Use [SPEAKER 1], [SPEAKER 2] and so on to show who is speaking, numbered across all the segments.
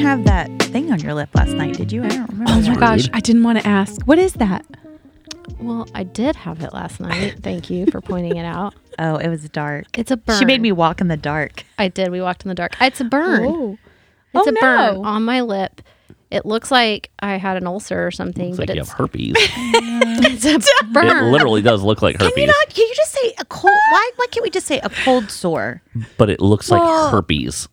[SPEAKER 1] have that thing on your lip last night, did you? I don't remember.
[SPEAKER 2] Oh my
[SPEAKER 1] that.
[SPEAKER 2] gosh,
[SPEAKER 3] Rude.
[SPEAKER 2] I didn't want to ask. What is that?
[SPEAKER 4] Well, I did have it last night. Thank you for pointing it out.
[SPEAKER 1] Oh, it was dark.
[SPEAKER 4] It's a burn.
[SPEAKER 1] She made me walk in the dark.
[SPEAKER 4] I did. We walked in the dark. Ah, It's a burn.
[SPEAKER 2] Oh.
[SPEAKER 4] It's
[SPEAKER 2] Oh,
[SPEAKER 4] a burn
[SPEAKER 2] no.
[SPEAKER 4] on my lip. It looks like I had an ulcer or something,
[SPEAKER 3] It's
[SPEAKER 4] but
[SPEAKER 3] like you have
[SPEAKER 4] it's,
[SPEAKER 3] herpes.
[SPEAKER 4] it's a
[SPEAKER 3] it
[SPEAKER 4] burn.
[SPEAKER 3] literally does look like herpes,
[SPEAKER 1] Can you not? Can you just say a cold? Why? Why can't we just say a cold sore?
[SPEAKER 3] but it looks
[SPEAKER 1] Well-
[SPEAKER 3] like herpes.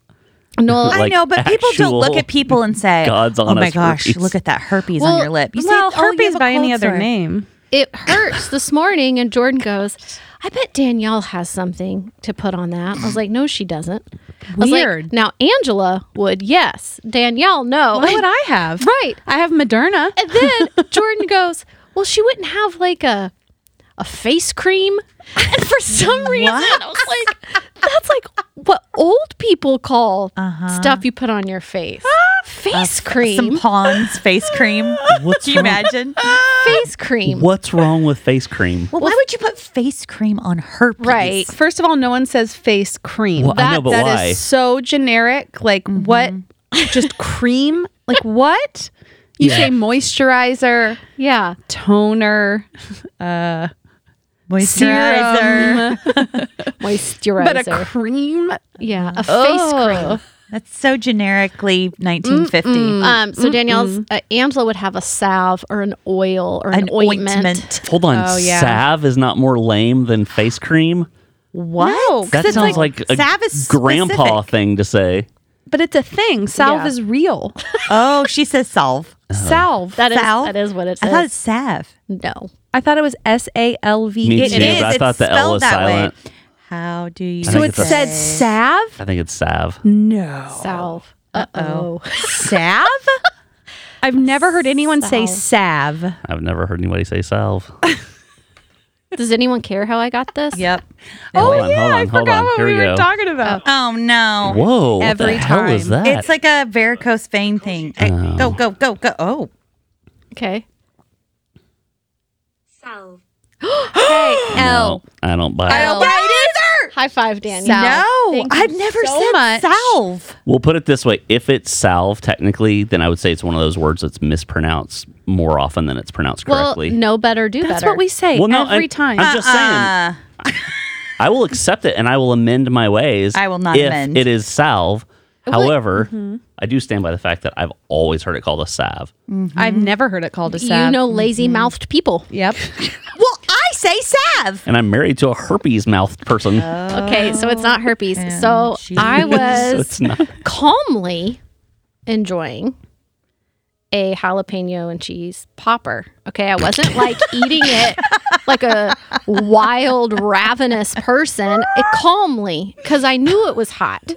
[SPEAKER 4] no,
[SPEAKER 1] I
[SPEAKER 3] Like
[SPEAKER 1] know, but people don't look
[SPEAKER 3] actual
[SPEAKER 1] at people and say,
[SPEAKER 3] God's
[SPEAKER 1] "Oh my
[SPEAKER 3] honest
[SPEAKER 1] gosh,
[SPEAKER 3] herpes."
[SPEAKER 1] look at that herpes on
[SPEAKER 4] Well,
[SPEAKER 1] your lip." You
[SPEAKER 2] well,
[SPEAKER 1] say, "Oh, you
[SPEAKER 2] herpes
[SPEAKER 1] have a
[SPEAKER 2] by any
[SPEAKER 1] cold
[SPEAKER 2] other
[SPEAKER 1] sore."
[SPEAKER 2] name.
[SPEAKER 4] it hurts this morning. And Jordan goes, I bet Danielle has something to put on that. I was like, no, she doesn't. I was like,
[SPEAKER 2] Weird.
[SPEAKER 4] now, Angela would, yes. Danielle, no.
[SPEAKER 2] What would I have?
[SPEAKER 4] Right.
[SPEAKER 2] I have Moderna.
[SPEAKER 4] And then Jordan goes, "Well, she wouldn't have like a a face cream." And for some reason, I was like, "That's like what old people call stuff you put on your face.
[SPEAKER 1] Uh-huh.
[SPEAKER 4] face
[SPEAKER 1] Uh, Some
[SPEAKER 4] cream.
[SPEAKER 1] Pond's face cream.
[SPEAKER 3] What's
[SPEAKER 1] Can you imagine?
[SPEAKER 4] face cream.
[SPEAKER 3] What's wrong with face cream?
[SPEAKER 1] Well, why would you put face cream on herpes?
[SPEAKER 4] Right.
[SPEAKER 2] First of all, no one says face cream.
[SPEAKER 3] Well, I know,
[SPEAKER 2] That-
[SPEAKER 3] but
[SPEAKER 2] that is
[SPEAKER 3] why?
[SPEAKER 2] so generic. Like what? Just cream? Like what? You
[SPEAKER 3] Yeah.
[SPEAKER 2] say moisturizer,
[SPEAKER 4] Yeah.
[SPEAKER 2] toner,
[SPEAKER 1] Moisturizer.
[SPEAKER 2] serum,
[SPEAKER 4] Moisturizer.
[SPEAKER 2] but a cream.
[SPEAKER 4] yeah, a
[SPEAKER 1] Oh.
[SPEAKER 4] face cream."
[SPEAKER 1] That's so generically 1950.
[SPEAKER 4] Um, so Danielle's uh, Angela would have a salve or an oil or
[SPEAKER 1] An
[SPEAKER 4] an,
[SPEAKER 1] ointment.
[SPEAKER 3] Hold on,
[SPEAKER 2] Oh, yeah.
[SPEAKER 3] salve is not more lame than face cream.
[SPEAKER 1] What?
[SPEAKER 2] No, 'cause
[SPEAKER 3] That
[SPEAKER 2] it's
[SPEAKER 3] sounds
[SPEAKER 2] like-
[SPEAKER 3] like, a
[SPEAKER 1] salve is
[SPEAKER 3] grandpa
[SPEAKER 1] specific.
[SPEAKER 3] thing to say.
[SPEAKER 2] But it's a thing. Salve
[SPEAKER 4] Yeah.
[SPEAKER 2] is real.
[SPEAKER 1] Oh, she says salve.
[SPEAKER 2] Salve.
[SPEAKER 4] That is
[SPEAKER 1] Salve?
[SPEAKER 4] that is what it
[SPEAKER 1] I
[SPEAKER 4] says.
[SPEAKER 1] thought it's salve.
[SPEAKER 4] no.
[SPEAKER 2] I thought it was S A L V.
[SPEAKER 3] Me
[SPEAKER 2] E.
[SPEAKER 3] too. but I thought the L
[SPEAKER 1] spelled
[SPEAKER 3] was
[SPEAKER 1] that
[SPEAKER 3] silent.
[SPEAKER 1] Way. How do you?
[SPEAKER 3] I
[SPEAKER 2] So
[SPEAKER 3] think
[SPEAKER 2] it
[SPEAKER 3] it's a-
[SPEAKER 2] said salve.
[SPEAKER 3] I think it's salve.
[SPEAKER 1] Oh.
[SPEAKER 2] No,
[SPEAKER 4] Salve. Uh-oh.
[SPEAKER 1] salve.
[SPEAKER 2] I've never heard anyone say salve.
[SPEAKER 3] I've never heard anybody say salve.
[SPEAKER 4] Does anyone care how I got this?
[SPEAKER 1] yep.
[SPEAKER 3] hold on, hold on, hold on. Here we go.
[SPEAKER 2] talking about.
[SPEAKER 1] Oh no.
[SPEAKER 3] Whoa! what
[SPEAKER 2] Every
[SPEAKER 3] the hell is
[SPEAKER 2] time.
[SPEAKER 3] that? Oh.
[SPEAKER 1] It's like a varicose vein thing. Hey, Go, go, go, go. Oh.
[SPEAKER 4] Okay.
[SPEAKER 5] Salve.
[SPEAKER 3] no, I don't buy it.
[SPEAKER 1] don't buy it either.
[SPEAKER 4] High five, Danielle.
[SPEAKER 1] No,
[SPEAKER 4] Thank you
[SPEAKER 1] I've never
[SPEAKER 4] so
[SPEAKER 1] said
[SPEAKER 4] much.
[SPEAKER 1] salve.
[SPEAKER 3] We'll put it this way: if it's salve, technically, then I would say it's one of those words that's mispronounced more often than it's pronounced
[SPEAKER 4] Well,
[SPEAKER 3] correctly.
[SPEAKER 4] no better, do
[SPEAKER 2] Oh, That's
[SPEAKER 4] better.
[SPEAKER 2] what we say
[SPEAKER 3] Well, no,
[SPEAKER 2] every
[SPEAKER 3] I-
[SPEAKER 2] time.
[SPEAKER 3] I'm just saying,
[SPEAKER 1] Uh,
[SPEAKER 3] I will accept it and I will amend my ways.
[SPEAKER 1] I will not
[SPEAKER 3] if
[SPEAKER 1] amend.
[SPEAKER 3] It is salve. However, I do stand by the fact that I've always heard it called a salve.
[SPEAKER 2] I've never heard it called a salve.
[SPEAKER 4] You know, lazy mouthed people.
[SPEAKER 2] Yep.
[SPEAKER 1] well, I say salve.
[SPEAKER 3] And I'm married to a herpes mouthed person.
[SPEAKER 4] Oh. Okay, so it's not herpes.
[SPEAKER 1] and
[SPEAKER 4] So I
[SPEAKER 1] cheese.
[SPEAKER 3] so
[SPEAKER 4] was
[SPEAKER 3] it's not.
[SPEAKER 4] calmly enjoying a jalapeno and cheese popper. Okay, I wasn't like eating it like a wild, ravenous person. It calmly, because I knew it was hot.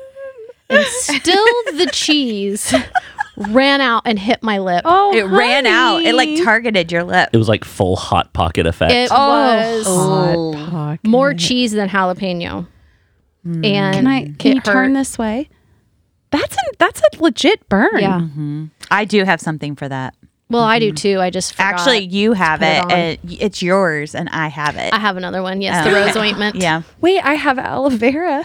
[SPEAKER 4] And still the cheese ran out and hit my lip.
[SPEAKER 2] Oh,
[SPEAKER 1] It ran out. It like
[SPEAKER 2] honey.
[SPEAKER 1] targeted your lip.
[SPEAKER 3] It was like full hot pocket effect.
[SPEAKER 4] It was
[SPEAKER 1] Oh.
[SPEAKER 4] more cheese than jalapeno. And
[SPEAKER 2] Hmm. Can I? Can
[SPEAKER 4] it
[SPEAKER 2] you turn
[SPEAKER 4] hurt.
[SPEAKER 2] this way? That's a that's a legit burn.
[SPEAKER 4] Yeah.
[SPEAKER 1] I do have something for that.
[SPEAKER 4] Well, I
[SPEAKER 2] Mm-hmm.
[SPEAKER 4] do too. I just forgot.
[SPEAKER 1] Actually, you have
[SPEAKER 4] Put it
[SPEAKER 1] it.
[SPEAKER 4] on.
[SPEAKER 1] and it's yours, and I have it.
[SPEAKER 4] I have another one. Yes,
[SPEAKER 1] Oh.
[SPEAKER 4] the rose ointment.
[SPEAKER 1] yeah.
[SPEAKER 2] Wait, I have aloe vera.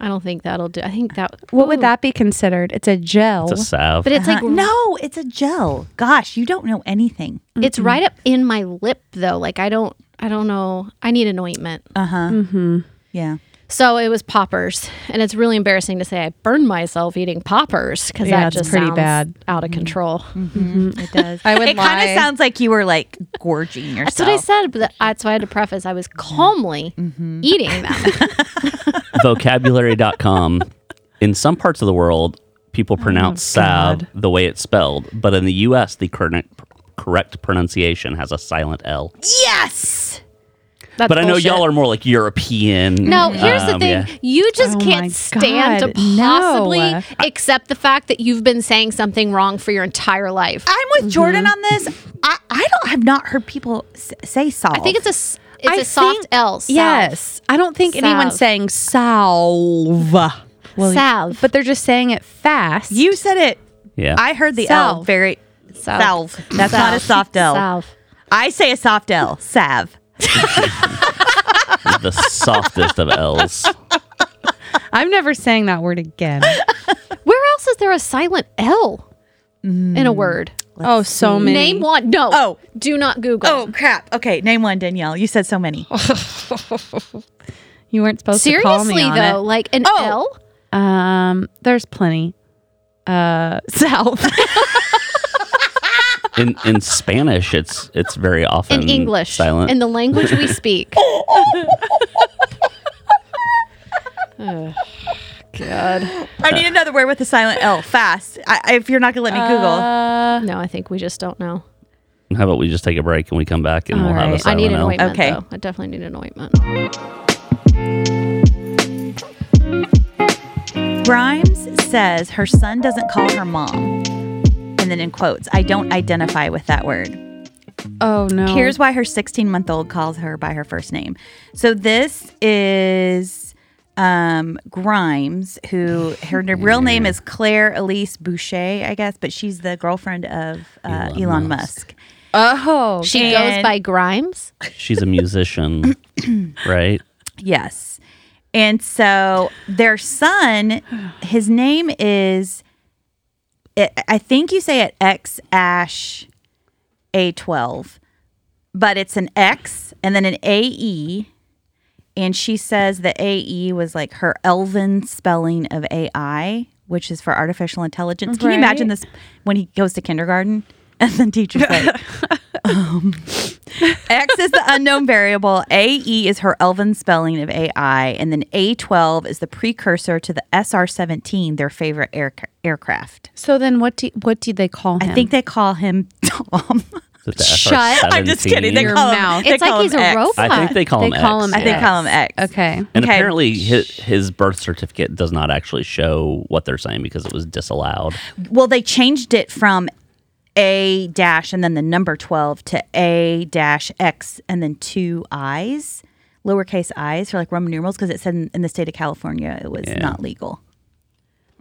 [SPEAKER 4] I don't think that'll do. I think that.
[SPEAKER 2] What would that Uh-huh. be considered? It's a gel.
[SPEAKER 3] it's a salve.
[SPEAKER 4] But it's like
[SPEAKER 1] Uh, no, it's a gel. Gosh, you don't know anything.
[SPEAKER 4] It's right up in my lip though. Like I don't. I don't know. I need an ointment.
[SPEAKER 1] Uh huh. Yeah.
[SPEAKER 4] So it was poppers, and it's really embarrassing to say I burned myself eating poppers because
[SPEAKER 2] Yeah,
[SPEAKER 4] that
[SPEAKER 2] it's
[SPEAKER 4] just
[SPEAKER 2] pretty
[SPEAKER 4] sounds
[SPEAKER 2] bad. Mm-hmm.
[SPEAKER 4] out of control.
[SPEAKER 1] It does.
[SPEAKER 2] I would
[SPEAKER 1] it kind
[SPEAKER 2] lie.
[SPEAKER 1] of sounds like you were like gorging yourself.
[SPEAKER 4] That's what I said, but that- that's why I had to preface. I was
[SPEAKER 2] Mm-hmm.
[SPEAKER 4] calmly eating them.
[SPEAKER 3] vocabulary.com. In some parts of the world, people pronounce salve the way it's spelled, but in the US, the current correct pronunciation has a silent L.
[SPEAKER 1] Yes.
[SPEAKER 4] That's
[SPEAKER 3] but I know
[SPEAKER 4] bullshit.
[SPEAKER 3] y'all are more like European.
[SPEAKER 4] No, here's the
[SPEAKER 3] um,
[SPEAKER 4] thing.
[SPEAKER 3] yeah.
[SPEAKER 4] You just
[SPEAKER 2] Oh my
[SPEAKER 4] can't stand
[SPEAKER 2] God,
[SPEAKER 4] to possibly
[SPEAKER 2] no.
[SPEAKER 4] accept the fact that you've been saying something wrong for your entire life. I,
[SPEAKER 1] I'm with Jordan on this. I, I don't have not heard people s- say salve.
[SPEAKER 4] think it's a s- it's
[SPEAKER 2] I
[SPEAKER 4] a soft
[SPEAKER 2] think-
[SPEAKER 4] L. Salve.
[SPEAKER 2] Yes. I don't think anyone's saying salve.
[SPEAKER 4] salve.
[SPEAKER 2] But they're just saying it fast.
[SPEAKER 1] you said it.
[SPEAKER 3] Yeah.
[SPEAKER 1] I heard the L
[SPEAKER 2] Salve.
[SPEAKER 1] very
[SPEAKER 4] Salve.
[SPEAKER 1] salve. That's not a soft L.
[SPEAKER 4] Salve.
[SPEAKER 1] I say a soft L. Salve.
[SPEAKER 3] the softest of L's.
[SPEAKER 2] I'm never saying that word again.
[SPEAKER 4] Where else is there a silent L? in a word.
[SPEAKER 2] oh, so many.
[SPEAKER 4] Name one. No.
[SPEAKER 1] Oh.
[SPEAKER 4] Do not Google.
[SPEAKER 1] Oh crap. Okay, name one, Danielle. You said so many.
[SPEAKER 2] You weren't supposed to call me
[SPEAKER 4] Seriously
[SPEAKER 2] on
[SPEAKER 4] though, like an
[SPEAKER 1] Oh.
[SPEAKER 4] L?
[SPEAKER 2] it. Um, there's plenty. Uh, south.
[SPEAKER 3] In in Spanish, it's it's very often
[SPEAKER 4] in English.
[SPEAKER 3] silent.
[SPEAKER 4] In the language we speak. Ugh. God.
[SPEAKER 1] I need another word with a silent L. Fast. I, I- if you're not gonna let me Google.
[SPEAKER 2] Uh,
[SPEAKER 4] No, I think we just don't know.
[SPEAKER 3] How about we just take a break and we come back and we'll have a
[SPEAKER 2] Alright,
[SPEAKER 4] I
[SPEAKER 3] silent
[SPEAKER 4] need an
[SPEAKER 3] L.
[SPEAKER 4] ointment.
[SPEAKER 1] Okay.
[SPEAKER 4] Though. I definitely need an ointment.
[SPEAKER 1] Grimes says her son doesn't call her mom. And then in quotes, I don't identify with that word.
[SPEAKER 2] oh no.
[SPEAKER 1] Here's why her 16 month old calls her by her first name. So this is um, Grimes, who her n- real name is Claire Elise Boucher, I guess, but she's the girlfriend of uh, Elon,
[SPEAKER 3] Elon
[SPEAKER 1] Musk.
[SPEAKER 2] oh.
[SPEAKER 4] She
[SPEAKER 1] And-
[SPEAKER 4] goes by Grimes.
[SPEAKER 3] She's a musician, right?
[SPEAKER 1] Yes. And so their son, his name is, I I think you say it X Ash A12, but it's an X and then an AE. And she says the AE was like her elven spelling of AI, which is for artificial intelligence. Can you imagine
[SPEAKER 2] Right.
[SPEAKER 1] this when he goes to kindergarten? And then teacher's like, um, X is the unknown variable. AE is her elven spelling of AI. And then A12 is the precursor to the SR 17, their favorite air- aircraft.
[SPEAKER 2] So then, what do what do they call him?
[SPEAKER 1] I think they call him Tom.
[SPEAKER 3] Is it the
[SPEAKER 4] Shut-
[SPEAKER 3] SR-17?
[SPEAKER 1] I'm just kidding. They
[SPEAKER 2] Your
[SPEAKER 1] call
[SPEAKER 2] mouth.
[SPEAKER 1] Him, they
[SPEAKER 4] it's like
[SPEAKER 1] call
[SPEAKER 4] he's
[SPEAKER 1] him
[SPEAKER 4] a
[SPEAKER 1] X.
[SPEAKER 4] robot.
[SPEAKER 3] I think they call
[SPEAKER 2] They
[SPEAKER 3] him
[SPEAKER 2] call
[SPEAKER 3] X.
[SPEAKER 2] him
[SPEAKER 1] I think
[SPEAKER 2] X.
[SPEAKER 1] call him X.
[SPEAKER 2] Okay.
[SPEAKER 3] And
[SPEAKER 1] Okay.
[SPEAKER 3] apparently his, his birth certificate does not actually show what they're saying because it was disallowed.
[SPEAKER 1] Well, they changed it from A dash and then the number 12 to A dash X and then two I's, lowercase I's for like Roman numerals, because it said in, in the state of California it was not legal.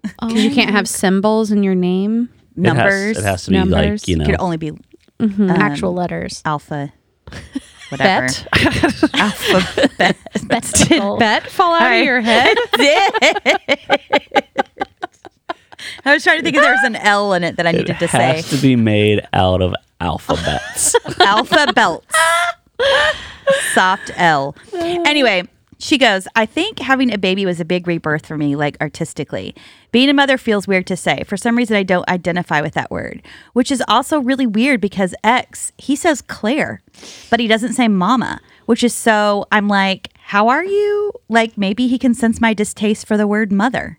[SPEAKER 2] Because you can't have symbols in your name.
[SPEAKER 3] It has-
[SPEAKER 1] Numbers
[SPEAKER 3] It has, to be
[SPEAKER 2] numbers.
[SPEAKER 3] like, you know,
[SPEAKER 1] could only be um,
[SPEAKER 2] Mm-hmm.
[SPEAKER 4] Actual letters.
[SPEAKER 1] alpha, whatever. Alphabet.
[SPEAKER 4] Besticle.
[SPEAKER 2] Bet fall out
[SPEAKER 1] Alright.
[SPEAKER 2] of your head.
[SPEAKER 1] I was trying to think if there was an L in it that I
[SPEAKER 3] it
[SPEAKER 1] needed to say.
[SPEAKER 3] has to be made out of alphabets.
[SPEAKER 1] Alpha belts. Soft L. Anyway, she goes, I think having a baby was a big rebirth for me, like artistically. Being a mother feels weird to say. For some reason, I don't identify with that word, which is also really weird because X, he says Claire, but he doesn't say mama, which is so, I'm like, how are you? Like, maybe he can sense my distaste for the word mother.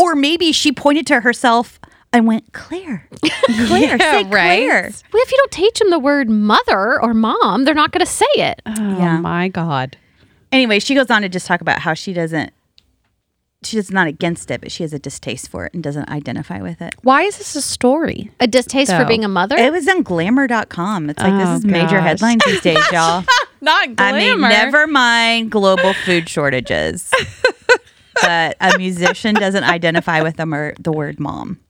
[SPEAKER 1] Or maybe she pointed to herself and went, Claire, Claire, say
[SPEAKER 2] right.
[SPEAKER 1] Claire.
[SPEAKER 4] Well, if you don't teach them the word mother or mom, they're not going to say it.
[SPEAKER 2] Oh
[SPEAKER 1] Yeah.
[SPEAKER 2] my god.
[SPEAKER 1] anyway, she goes on to just talk about how she doesn't she's not against it, but she has a distaste for it and doesn't identify with it.
[SPEAKER 2] Why is this a story?
[SPEAKER 4] A distaste for
[SPEAKER 2] No.
[SPEAKER 4] being a mother.
[SPEAKER 1] It was on glamour.com. It's like
[SPEAKER 2] Oh,
[SPEAKER 1] this is major
[SPEAKER 2] gosh.
[SPEAKER 1] headlines these days, y'all.
[SPEAKER 2] Not
[SPEAKER 1] I mean, never mind global food shortages. but a musician doesn't identify with the, mer- the word mom.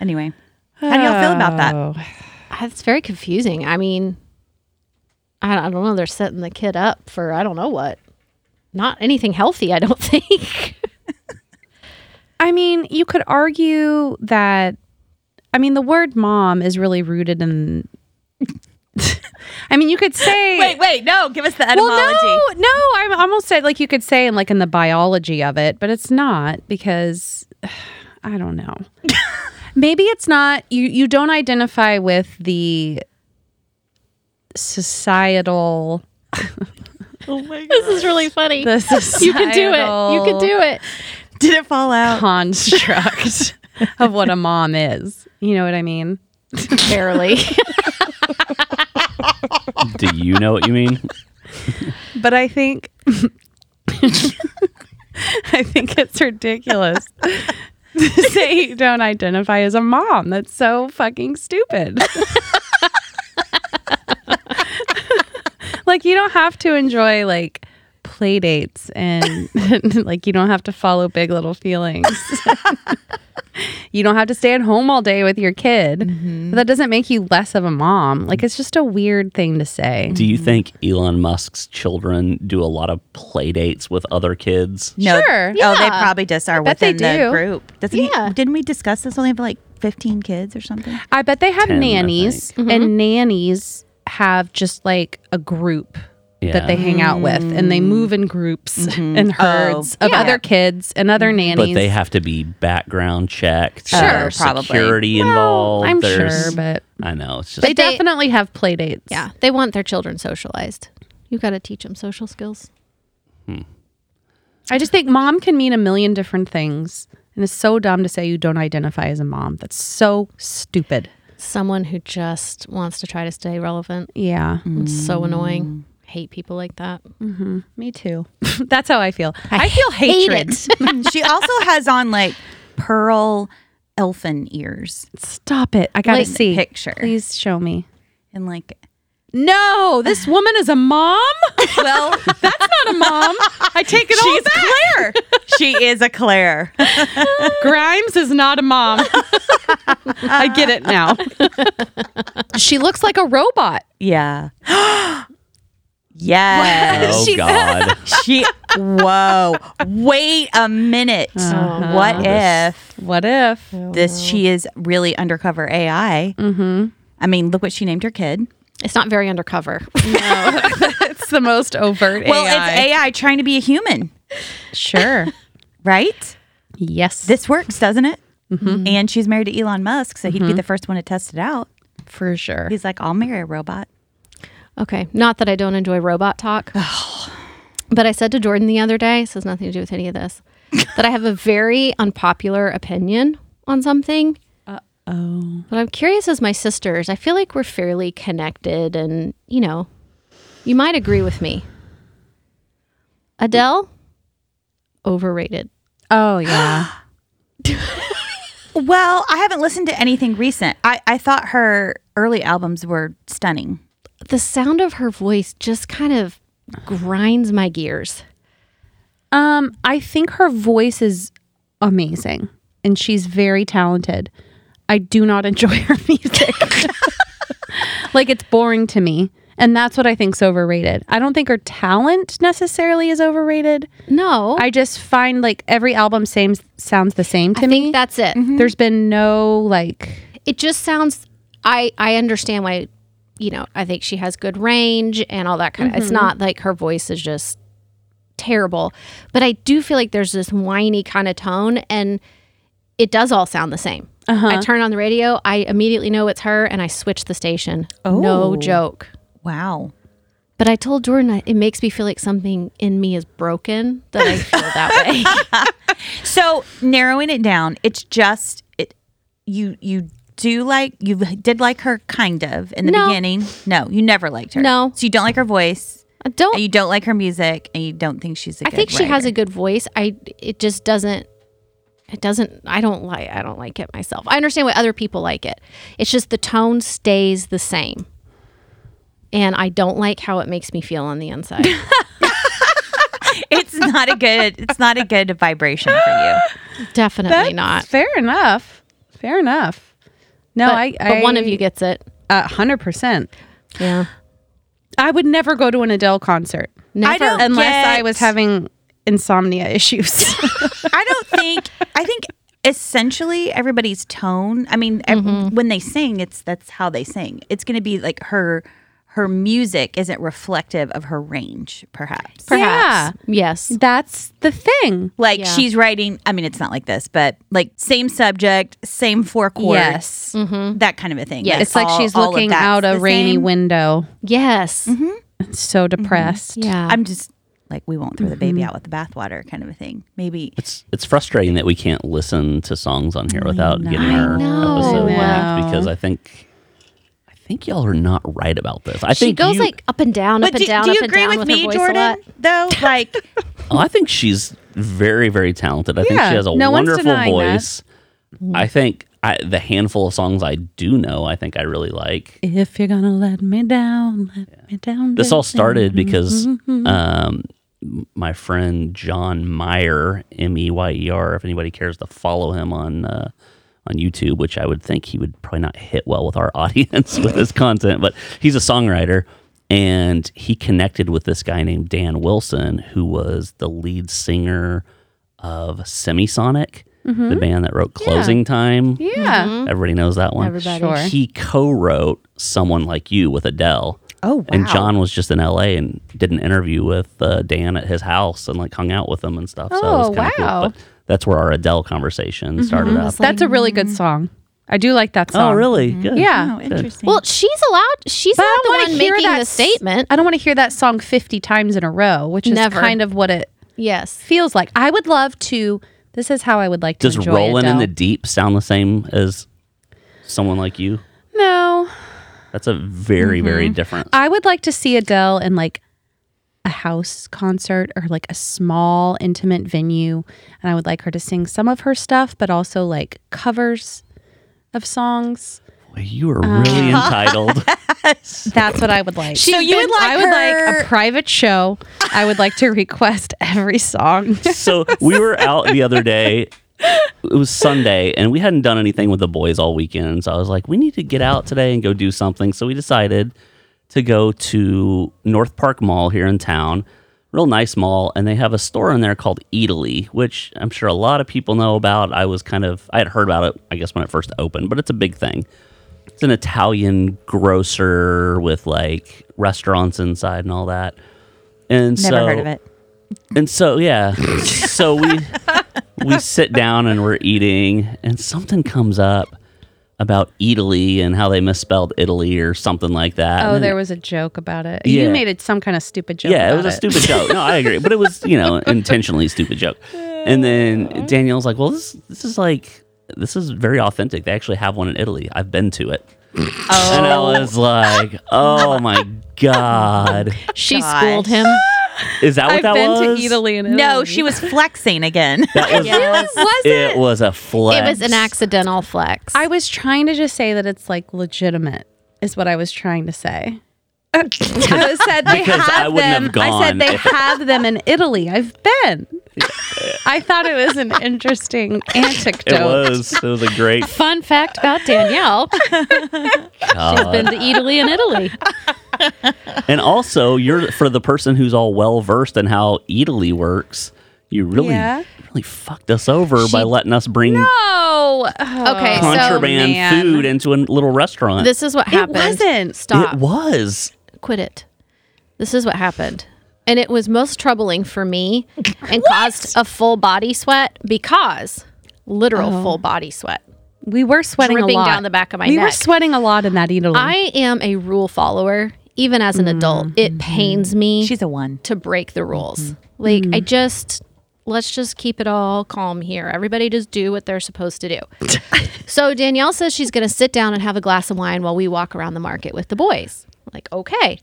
[SPEAKER 1] Anyway, how do y'all feel about that?
[SPEAKER 4] Ah, That's very confusing. I mean, I don't, I don't know. They're setting the kid up for I don't know what. Not anything healthy, I don't think.
[SPEAKER 2] I mean, you could argue that. I mean, the word "mom" is really rooted in. I mean, you could say.
[SPEAKER 1] wait, no, give us the
[SPEAKER 2] Well, no, no. I almost said like you could say in like in the biology of it, but it's not because I don't know. Maybe it's not you. You don't identify with the societal.
[SPEAKER 4] this is really funny.
[SPEAKER 2] The
[SPEAKER 4] you can do it. You can
[SPEAKER 2] societal-
[SPEAKER 4] do it.
[SPEAKER 1] Did it fall out?
[SPEAKER 2] construct of what a mom is. You know what I mean?
[SPEAKER 4] Barely.
[SPEAKER 3] Do you know what you mean?
[SPEAKER 2] But I think I think it's ridiculous to say you don't identify as a mom. That's so fucking stupid. like you don't have to enjoy like play dates and like you don't have to follow big little feelings. you don't have to stay at home all day with your kid. But that doesn't make you less of a mom. Like it's just a weird thing to say.
[SPEAKER 3] Do you think Elon Musk's children do a lot of play dates with other kids?
[SPEAKER 1] No,
[SPEAKER 2] Sure.
[SPEAKER 1] Oh, they
[SPEAKER 4] Yeah.
[SPEAKER 1] probably just are
[SPEAKER 2] bet they
[SPEAKER 1] within the
[SPEAKER 2] do.
[SPEAKER 1] group. Doesn't he-
[SPEAKER 4] Yeah.
[SPEAKER 1] didn't we discuss this only like 15 kids or something?
[SPEAKER 2] I bet they have
[SPEAKER 3] 10, I
[SPEAKER 2] nannies, and nannies have just like a group
[SPEAKER 3] Yeah.
[SPEAKER 2] that they hang out with, and they move in groups and herds of other kids and other nannies.
[SPEAKER 3] but they have to be background checked.
[SPEAKER 1] Sure,
[SPEAKER 3] there's
[SPEAKER 1] probably.
[SPEAKER 3] Security
[SPEAKER 2] Well,
[SPEAKER 3] involved.
[SPEAKER 2] I'm
[SPEAKER 3] there's,
[SPEAKER 2] sure, but
[SPEAKER 3] I know. It's just
[SPEAKER 2] they,
[SPEAKER 4] they-
[SPEAKER 2] definitely have play dates.
[SPEAKER 4] Yeah, they want their children socialized. You got to teach them social skills.
[SPEAKER 2] I just think mom can mean a million different things. And it's so dumb to say you don't identify as a mom. That's so stupid.
[SPEAKER 4] Someone who just wants to try to stay relevant.
[SPEAKER 2] Yeah.
[SPEAKER 4] It's so annoying. Hate people like that.
[SPEAKER 2] Me too. That's how I feel. I, feel
[SPEAKER 4] hate
[SPEAKER 2] hatred.
[SPEAKER 4] it.
[SPEAKER 1] she also has on like pearl elfin ears
[SPEAKER 2] Stop it. I got to
[SPEAKER 1] in the
[SPEAKER 2] see.
[SPEAKER 1] picture.
[SPEAKER 2] Please show me.
[SPEAKER 1] And like,
[SPEAKER 2] No, this woman is a mom?
[SPEAKER 1] well,
[SPEAKER 2] Not a mom. I take it all
[SPEAKER 1] she's
[SPEAKER 2] back.
[SPEAKER 1] Claire. she is a Claire.
[SPEAKER 2] Grimes is not a mom. I get it now.
[SPEAKER 4] she looks like a robot.
[SPEAKER 1] yeah. yes.
[SPEAKER 3] oh God.
[SPEAKER 1] She, whoa. Wait a minute.
[SPEAKER 2] Uh-huh.
[SPEAKER 1] What if
[SPEAKER 2] What if?
[SPEAKER 1] this, she is really undercover AI? Mm-hmm. I mean, look what she named her kid.
[SPEAKER 4] It's not very undercover.
[SPEAKER 2] It's the most overt
[SPEAKER 1] Well,
[SPEAKER 2] AI.
[SPEAKER 1] it's AI trying to be a human,
[SPEAKER 2] sure.
[SPEAKER 1] right?
[SPEAKER 2] Yes.
[SPEAKER 1] This works, doesn't it?
[SPEAKER 4] Mm-hmm.
[SPEAKER 1] And she's married to Elon Musk, so he'd be the first one to test it out.
[SPEAKER 2] for sure.
[SPEAKER 1] He's like, I'll marry a robot.
[SPEAKER 4] Okay. Not that I don't enjoy robot talk. but I said to Jordan the other day, this has nothing to do with any of this, that I have a very unpopular opinion on something. Uh oh. But I'm curious as my sisters, I feel like we're fairly connected and, you know, you might agree with me. Adele, overrated.
[SPEAKER 2] Oh, yeah.
[SPEAKER 1] Well, I haven't listened to anything recent. I, I thought her early albums were stunning.
[SPEAKER 4] The sound of her voice just kind of grinds my gears.
[SPEAKER 2] Um, I think her voice is amazing and she's very talented. I do not enjoy her music. like it's boring to me. And that's what I think's overrated. I don't think her talent necessarily is overrated.
[SPEAKER 4] No.
[SPEAKER 2] I just find like every album same sounds the same to
[SPEAKER 4] I
[SPEAKER 2] me.
[SPEAKER 4] think mm-hmm. that's it.
[SPEAKER 2] There's been no like
[SPEAKER 4] it just sounds i i understand why you know i think she has good range and all that kind of it's not like her voice is just terrible but i do feel like there's this whiny kind of tone and it does all sound the same i turn on the radio i immediately know it's her and i switch the station
[SPEAKER 1] Oh.
[SPEAKER 4] no joke
[SPEAKER 1] Wow.
[SPEAKER 4] but i told jordan I- it makes me feel like something in me is broken that i feel that way
[SPEAKER 1] So narrowing it down, it's just it you you do like you did like her kind of in the
[SPEAKER 4] No.
[SPEAKER 1] beginning. No, you never liked her.
[SPEAKER 4] No.
[SPEAKER 1] So you don't like her voice,
[SPEAKER 4] i don't
[SPEAKER 1] and you don't like her music, and you don't think she's a
[SPEAKER 4] I
[SPEAKER 1] good
[SPEAKER 4] think she has a
[SPEAKER 1] writer.
[SPEAKER 4] good voice. I it just doesn't it doesn't I don't like I don't like it myself. I understand why other people like it. It's just the tone stays the same. And I don't like how it makes me feel on the inside.
[SPEAKER 1] It's not a good it's not a good vibration for you.
[SPEAKER 4] Definitely
[SPEAKER 2] that's
[SPEAKER 4] not.
[SPEAKER 2] Fair enough. Fair enough. No,
[SPEAKER 4] But,
[SPEAKER 2] I,
[SPEAKER 4] but one of you gets it.
[SPEAKER 2] hundred percent.
[SPEAKER 4] Yeah.
[SPEAKER 2] I would never go to an Adele concert.
[SPEAKER 4] Never.
[SPEAKER 1] don't-
[SPEAKER 2] unless
[SPEAKER 1] Get-
[SPEAKER 2] I was having insomnia issues.
[SPEAKER 1] I don't think I think essentially everybody's tone. I mean, ev-
[SPEAKER 4] Mm-hmm.
[SPEAKER 1] when they sing, it's that's how they sing. It's going to be like her her music isn't reflective of her range, perhaps.
[SPEAKER 2] Ah.
[SPEAKER 4] Perhaps. Yes.
[SPEAKER 2] That's the thing.
[SPEAKER 1] Like
[SPEAKER 4] Yeah.
[SPEAKER 1] she's writing. I mean, it's not like this, but like same subject, same four chords.
[SPEAKER 2] Yes.
[SPEAKER 1] that kind of a thing.
[SPEAKER 4] Mm-hmm. Yes.
[SPEAKER 2] It's like
[SPEAKER 1] all-
[SPEAKER 2] she's
[SPEAKER 1] all of
[SPEAKER 2] looking
[SPEAKER 1] that's
[SPEAKER 2] out a
[SPEAKER 1] the
[SPEAKER 2] rainy
[SPEAKER 1] same.
[SPEAKER 2] window,
[SPEAKER 4] Yes.
[SPEAKER 2] so depressed.
[SPEAKER 4] Yeah.
[SPEAKER 1] I'm just like we won't throw the
[SPEAKER 4] Mm-hmm.
[SPEAKER 1] baby out with the bathwater, kind of a thing. Maybe
[SPEAKER 3] It's it's frustrating that we can't listen to songs on here without getting our
[SPEAKER 4] know.
[SPEAKER 3] episode
[SPEAKER 2] I
[SPEAKER 3] linked
[SPEAKER 2] know.
[SPEAKER 3] because I think I think y'all are not right about this. I
[SPEAKER 4] she
[SPEAKER 3] think
[SPEAKER 4] goes
[SPEAKER 3] you-
[SPEAKER 4] like up and down, up
[SPEAKER 1] But do,
[SPEAKER 4] and down,
[SPEAKER 1] do you
[SPEAKER 4] up and
[SPEAKER 1] agree
[SPEAKER 4] down
[SPEAKER 1] with,
[SPEAKER 4] with, her
[SPEAKER 1] me,
[SPEAKER 4] voice a
[SPEAKER 1] Jordan?
[SPEAKER 4] lot.
[SPEAKER 1] Though, like,
[SPEAKER 3] Oh, I think she's very, very talented. I think
[SPEAKER 2] Yeah,
[SPEAKER 3] she has a
[SPEAKER 2] no one's
[SPEAKER 3] wonderful
[SPEAKER 2] denying that.
[SPEAKER 3] voice. I think I, the handful of songs I do know, I think I really like.
[SPEAKER 2] If you're gonna let me down, let me down.
[SPEAKER 3] This all
[SPEAKER 2] gently.
[SPEAKER 3] started because um, my friend John Meyer, M E Y E R, if anybody cares to follow him on uh, on YouTube, which I would think he would probably not hit well with our audience with his content, but he's a songwriter. And he connected with this guy named Dan Wilson, who was the lead singer of Semisonic. the band that wrote Closing Time.
[SPEAKER 2] Yeah.
[SPEAKER 3] Everybody knows that one.
[SPEAKER 4] Everybody.
[SPEAKER 2] Sure.
[SPEAKER 3] He co-wrote Someone Like You with Adele.
[SPEAKER 1] Oh, wow.
[SPEAKER 3] And John was just in LA and did an interview with uh, Dan at his house and like hung out with him and stuff. So it was
[SPEAKER 2] Oh,
[SPEAKER 3] kind of
[SPEAKER 2] wow.
[SPEAKER 3] cool. But that's where our Adele conversation started up.
[SPEAKER 2] That's a really good song. I do like that song. Mm-hmm.
[SPEAKER 3] Oh, really? Good.
[SPEAKER 2] Yeah.
[SPEAKER 1] Oh, interesting.
[SPEAKER 4] Well, she's allowed. She's
[SPEAKER 2] But I
[SPEAKER 4] not the
[SPEAKER 2] don't want
[SPEAKER 4] one
[SPEAKER 2] to hear
[SPEAKER 4] making
[SPEAKER 2] that
[SPEAKER 4] the
[SPEAKER 2] s-
[SPEAKER 4] statement.
[SPEAKER 2] I don't want to hear that song 50 times in a row, which is
[SPEAKER 4] Never.
[SPEAKER 2] kind of what it
[SPEAKER 4] yes.
[SPEAKER 2] feels like. I would love to. This is how I would like to
[SPEAKER 3] Does
[SPEAKER 2] enjoy
[SPEAKER 3] Rolling in
[SPEAKER 2] Adele.
[SPEAKER 3] the Deep sound the same as Someone Like You?
[SPEAKER 2] No,
[SPEAKER 3] That's a very, very different.
[SPEAKER 2] Mm-hmm. I would like to see Adele in like a house concert or like a small intimate venue, and I would like her to sing some of her stuff, but also like covers of songs.
[SPEAKER 3] Boy, you are really
[SPEAKER 2] Uh-huh.
[SPEAKER 3] entitled.
[SPEAKER 2] That's what I would like.
[SPEAKER 1] So you would like
[SPEAKER 2] I would
[SPEAKER 1] her-
[SPEAKER 2] like a private show. I would like to request every song.
[SPEAKER 3] so we were out the other day. It was Sunday, and we hadn't done anything with the boys all weekend. So I was like, we need to get out today and go do something. So we decided to go to North Park Mall here in town. Real nice mall, and they have a store in there called Eataly, which I'm sure a lot of people know about. I was kind of I had heard about it, I guess, when it first opened, but it's a big thing. It's an Italian grocer with like restaurants inside and all that. And
[SPEAKER 1] Never
[SPEAKER 3] so
[SPEAKER 1] heard of it.
[SPEAKER 3] and so yeah, so we we sit down and we're eating, and something comes up about Italy and how they misspelled Italy or something like that.
[SPEAKER 2] Oh,
[SPEAKER 3] And
[SPEAKER 2] there
[SPEAKER 3] it-
[SPEAKER 2] was a joke about it.
[SPEAKER 3] Yeah.
[SPEAKER 2] You made it some kind of stupid joke.
[SPEAKER 3] Yeah, it was
[SPEAKER 2] about
[SPEAKER 3] a stupid joke. No, I agree, but it was you know intentionally stupid joke. And then Danielle's like, "Well, this this is like this is very authentic. They actually have one in Italy. I've been to it." And I was like, "Oh my Oh, god,
[SPEAKER 4] She
[SPEAKER 1] Gosh.
[SPEAKER 4] schooled him.
[SPEAKER 3] is that what
[SPEAKER 2] I've
[SPEAKER 3] that
[SPEAKER 2] been
[SPEAKER 3] was?"
[SPEAKER 2] to Italy and
[SPEAKER 1] No,
[SPEAKER 2] Italy.
[SPEAKER 1] she was flexing again.
[SPEAKER 3] That was. It was a
[SPEAKER 4] It
[SPEAKER 3] flex.
[SPEAKER 4] was an accidental flex.
[SPEAKER 2] I was trying to just say that it's like legitimate is what I was trying to say. I said they
[SPEAKER 3] Because I
[SPEAKER 2] have
[SPEAKER 3] wouldn't have
[SPEAKER 2] them. I
[SPEAKER 3] gone
[SPEAKER 2] said they
[SPEAKER 3] if it-
[SPEAKER 2] have them in Italy. I've been. I thought it was an interesting anecdote.
[SPEAKER 3] It was. It was a great.
[SPEAKER 4] Fun fact about Danielle: She's
[SPEAKER 3] God.
[SPEAKER 4] been to Italy and Italy.
[SPEAKER 3] and also, you're for the person who's all well versed in how Italy works. You really,
[SPEAKER 2] Yeah.
[SPEAKER 3] really fucked us over by letting us bring
[SPEAKER 2] Oh,
[SPEAKER 4] Okay, so-
[SPEAKER 3] contraband
[SPEAKER 2] man.
[SPEAKER 3] food into a little restaurant.
[SPEAKER 4] This is what happened.
[SPEAKER 2] wasn't.
[SPEAKER 4] Stop.
[SPEAKER 3] It was.
[SPEAKER 4] Quit it. This is what happened. And it was most troubling for me and caused a full body sweat because literal full body sweat.
[SPEAKER 2] we were sweating
[SPEAKER 4] Dripping
[SPEAKER 2] a lot
[SPEAKER 4] down the back of my
[SPEAKER 2] We were
[SPEAKER 4] neck.
[SPEAKER 2] sweating a lot in that Italy.
[SPEAKER 4] I am a rule follower, even as an adult. It pains me
[SPEAKER 1] She's a one.
[SPEAKER 4] to break the rules.
[SPEAKER 2] Mm-hmm.
[SPEAKER 4] Like, I just, let's just keep it all calm here. Everybody just do what they're supposed to do. so, Danielle says she's going to sit down and have a glass of wine while we walk around the market with the boys. I'm like, okay.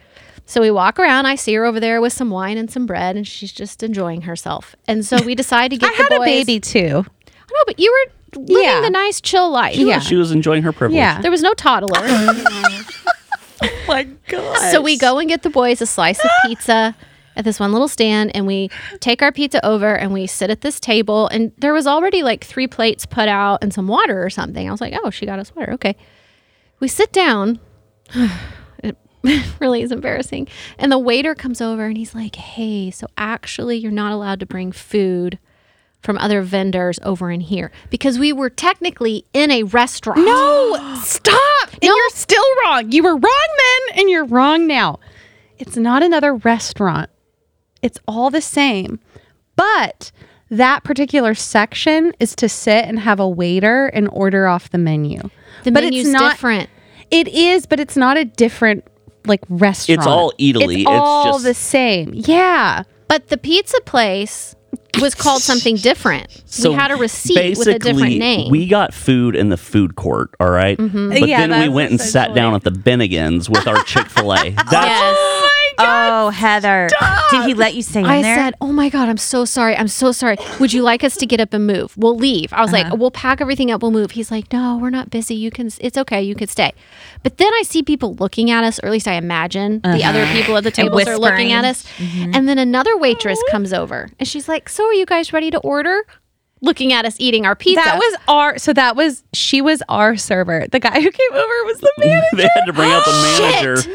[SPEAKER 4] So we walk around. I see her over there with some wine and some bread, and she's just enjoying herself. And so we decide to get
[SPEAKER 2] I had
[SPEAKER 4] the
[SPEAKER 2] a
[SPEAKER 4] boys.
[SPEAKER 2] baby too.
[SPEAKER 4] No, but you were living
[SPEAKER 2] Yeah.
[SPEAKER 4] the nice, chill life.
[SPEAKER 2] Yeah.
[SPEAKER 3] She was enjoying her privilege.
[SPEAKER 2] Yeah.
[SPEAKER 4] There was no toddler.
[SPEAKER 1] my god.
[SPEAKER 4] So we go and get the boys a slice of pizza at this one little stand, and we take our pizza over and we sit at this table. And there was already like three plates put out and some water or something. I was like, oh, she got us water. Okay. We sit down. it really is embarrassing. And the waiter comes over and he's like, hey, so actually, you're not allowed to bring food. From other vendors over in here because we were technically in a restaurant.
[SPEAKER 2] No, stop. And you're still wrong. You were wrong then and you're wrong now. It's not another restaurant. It's all the same. But that particular section is to sit and have a waiter and order off the menu.
[SPEAKER 4] the
[SPEAKER 2] but
[SPEAKER 4] menu's
[SPEAKER 2] it's not
[SPEAKER 4] different.
[SPEAKER 2] It is, but it's not a different like restaurant.
[SPEAKER 3] all Italy.
[SPEAKER 2] It's
[SPEAKER 3] It's
[SPEAKER 2] all
[SPEAKER 3] just-
[SPEAKER 2] the same. Yeah.
[SPEAKER 4] But the pizza place was called something different.
[SPEAKER 3] So
[SPEAKER 4] we had a receipt with a different
[SPEAKER 3] basically,
[SPEAKER 4] name. Mm-hmm.
[SPEAKER 3] We got food in the food court, all right? But
[SPEAKER 2] Yeah,
[SPEAKER 3] then we
[SPEAKER 2] that's
[SPEAKER 3] went and sat down at the Bennigan's with our Chick fil A. That's
[SPEAKER 4] yes.
[SPEAKER 1] Oh, Heather. Did he let you stay in
[SPEAKER 4] I
[SPEAKER 1] there?
[SPEAKER 4] said, "Oh my god, I'm so sorry. I'm so sorry. Would you like us to get up and move? We'll leave." I was like, "We'll pack everything up. We'll move." He's like, "No, we're not busy. You can. It's okay. You can stay." But then I see people looking at us, or at least I imagine the other people at the tables are looking
[SPEAKER 1] whispering.
[SPEAKER 4] at us. And then another waitress comes over, and she's like, "So are you guys ready to order?" Looking at us eating our pizza.
[SPEAKER 2] That was our so that was she was our server. The guy who came over was the manager.
[SPEAKER 3] they had to bring out the manager.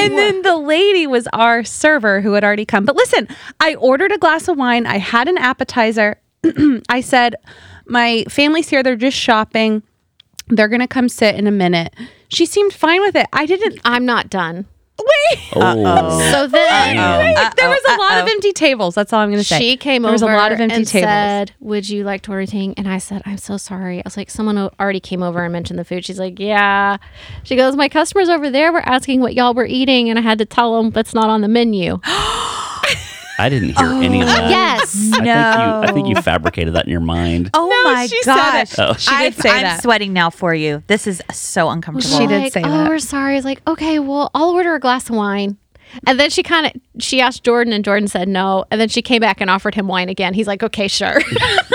[SPEAKER 2] And then the lady was our server who had already come. But listen, I ordered a glass of wine. I had an appetizer. I said, My family's here. They're just shopping. They're going to come sit in a minute. She seemed fine with it. I didn't.
[SPEAKER 4] I'm not done.
[SPEAKER 2] Wait.
[SPEAKER 3] Oh,
[SPEAKER 4] So then
[SPEAKER 2] there was a lot of empty tables. That's all I'm going to say.
[SPEAKER 4] she came
[SPEAKER 2] there was
[SPEAKER 4] over
[SPEAKER 2] a lot of empty
[SPEAKER 4] and
[SPEAKER 2] tables.
[SPEAKER 4] said, "Would you like to order anything?" And I said, "I'm so sorry." I was like, "Someone o- already came over and mentioned the food." She's like, "Yeah." She goes, "My customers over there were asking what y'all were eating, and I had to tell them that's not on the menu."
[SPEAKER 3] I didn't hear
[SPEAKER 1] Oh,
[SPEAKER 3] any of that.
[SPEAKER 4] yes.
[SPEAKER 3] I think you, I think you fabricated that in your mind.
[SPEAKER 1] Oh
[SPEAKER 2] No,
[SPEAKER 1] my
[SPEAKER 2] she said
[SPEAKER 1] gosh.
[SPEAKER 2] it. Oh. She did
[SPEAKER 1] I'm-
[SPEAKER 2] say
[SPEAKER 1] I'm
[SPEAKER 2] that.
[SPEAKER 1] sweating now for you. This is so uncomfortable.
[SPEAKER 2] She did
[SPEAKER 4] like,
[SPEAKER 2] say
[SPEAKER 4] oh,
[SPEAKER 2] that.
[SPEAKER 4] we're sorry. I was like, okay, well, I'll order a glass of wine. And then she kind of she asked Jordan, and Jordan said no. And then she came back and offered him wine again. He's like, okay, sure.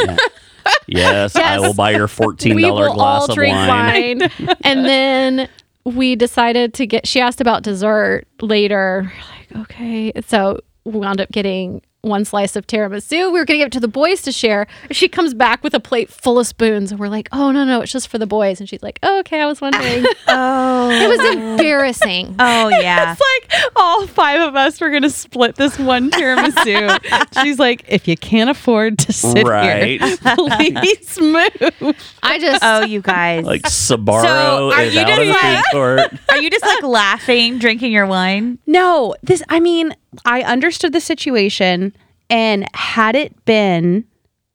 [SPEAKER 3] Yes, I will buy your fourteen
[SPEAKER 4] we
[SPEAKER 3] dollar
[SPEAKER 4] will
[SPEAKER 3] glass
[SPEAKER 4] all
[SPEAKER 3] of
[SPEAKER 4] drink
[SPEAKER 3] wine.
[SPEAKER 4] wine. and then we decided to get. She asked about dessert later. We're Like, okay, so we wound up getting one slice of tiramisu. We were going to give it to the boys to share. She comes back with a plate full of spoons, and we're like, oh no no, it's just for the boys. And she's like, oh, okay, I was wondering.
[SPEAKER 1] Oh.
[SPEAKER 4] it was embarrassing.
[SPEAKER 1] Oh yeah.
[SPEAKER 2] It's like all five of us were going to split this one tiramisu. She's like, if you can't afford to sit
[SPEAKER 3] Right.
[SPEAKER 2] here, please move.
[SPEAKER 4] I just
[SPEAKER 1] Oh, you guys.
[SPEAKER 3] Like
[SPEAKER 1] So,
[SPEAKER 3] Sabaro
[SPEAKER 1] are
[SPEAKER 3] is
[SPEAKER 1] you
[SPEAKER 3] out of
[SPEAKER 1] just
[SPEAKER 3] the food
[SPEAKER 1] like-
[SPEAKER 3] court.
[SPEAKER 1] Are you just like laughing, drinking your wine?
[SPEAKER 2] No, this, I mean, I understood the situation. And had it been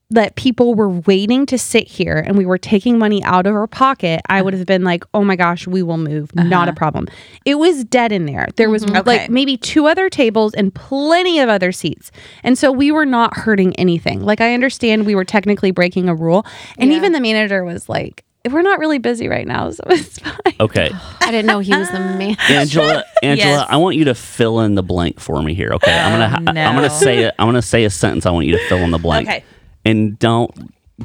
[SPEAKER 2] that people were waiting to sit here and we were taking money out of our pocket, I would have been like, oh my gosh, we will move. Not a problem. It was dead in there. There was
[SPEAKER 1] Okay.
[SPEAKER 2] like maybe two other tables and plenty of other seats. And so we were not hurting anything. Like, I understand we were technically breaking a rule. And even the manager was like, we're not really busy right now, so it's fine.
[SPEAKER 3] Okay,
[SPEAKER 4] I didn't know he was the man.
[SPEAKER 3] Angela, Angela,
[SPEAKER 1] Yes.
[SPEAKER 3] I want you to fill in the blank for me here. Okay, I'm gonna,
[SPEAKER 1] Oh,
[SPEAKER 3] I'm
[SPEAKER 1] no.
[SPEAKER 3] gonna say, it. I'm gonna say a sentence. I want you to fill in the blank.
[SPEAKER 1] Okay.
[SPEAKER 3] and don't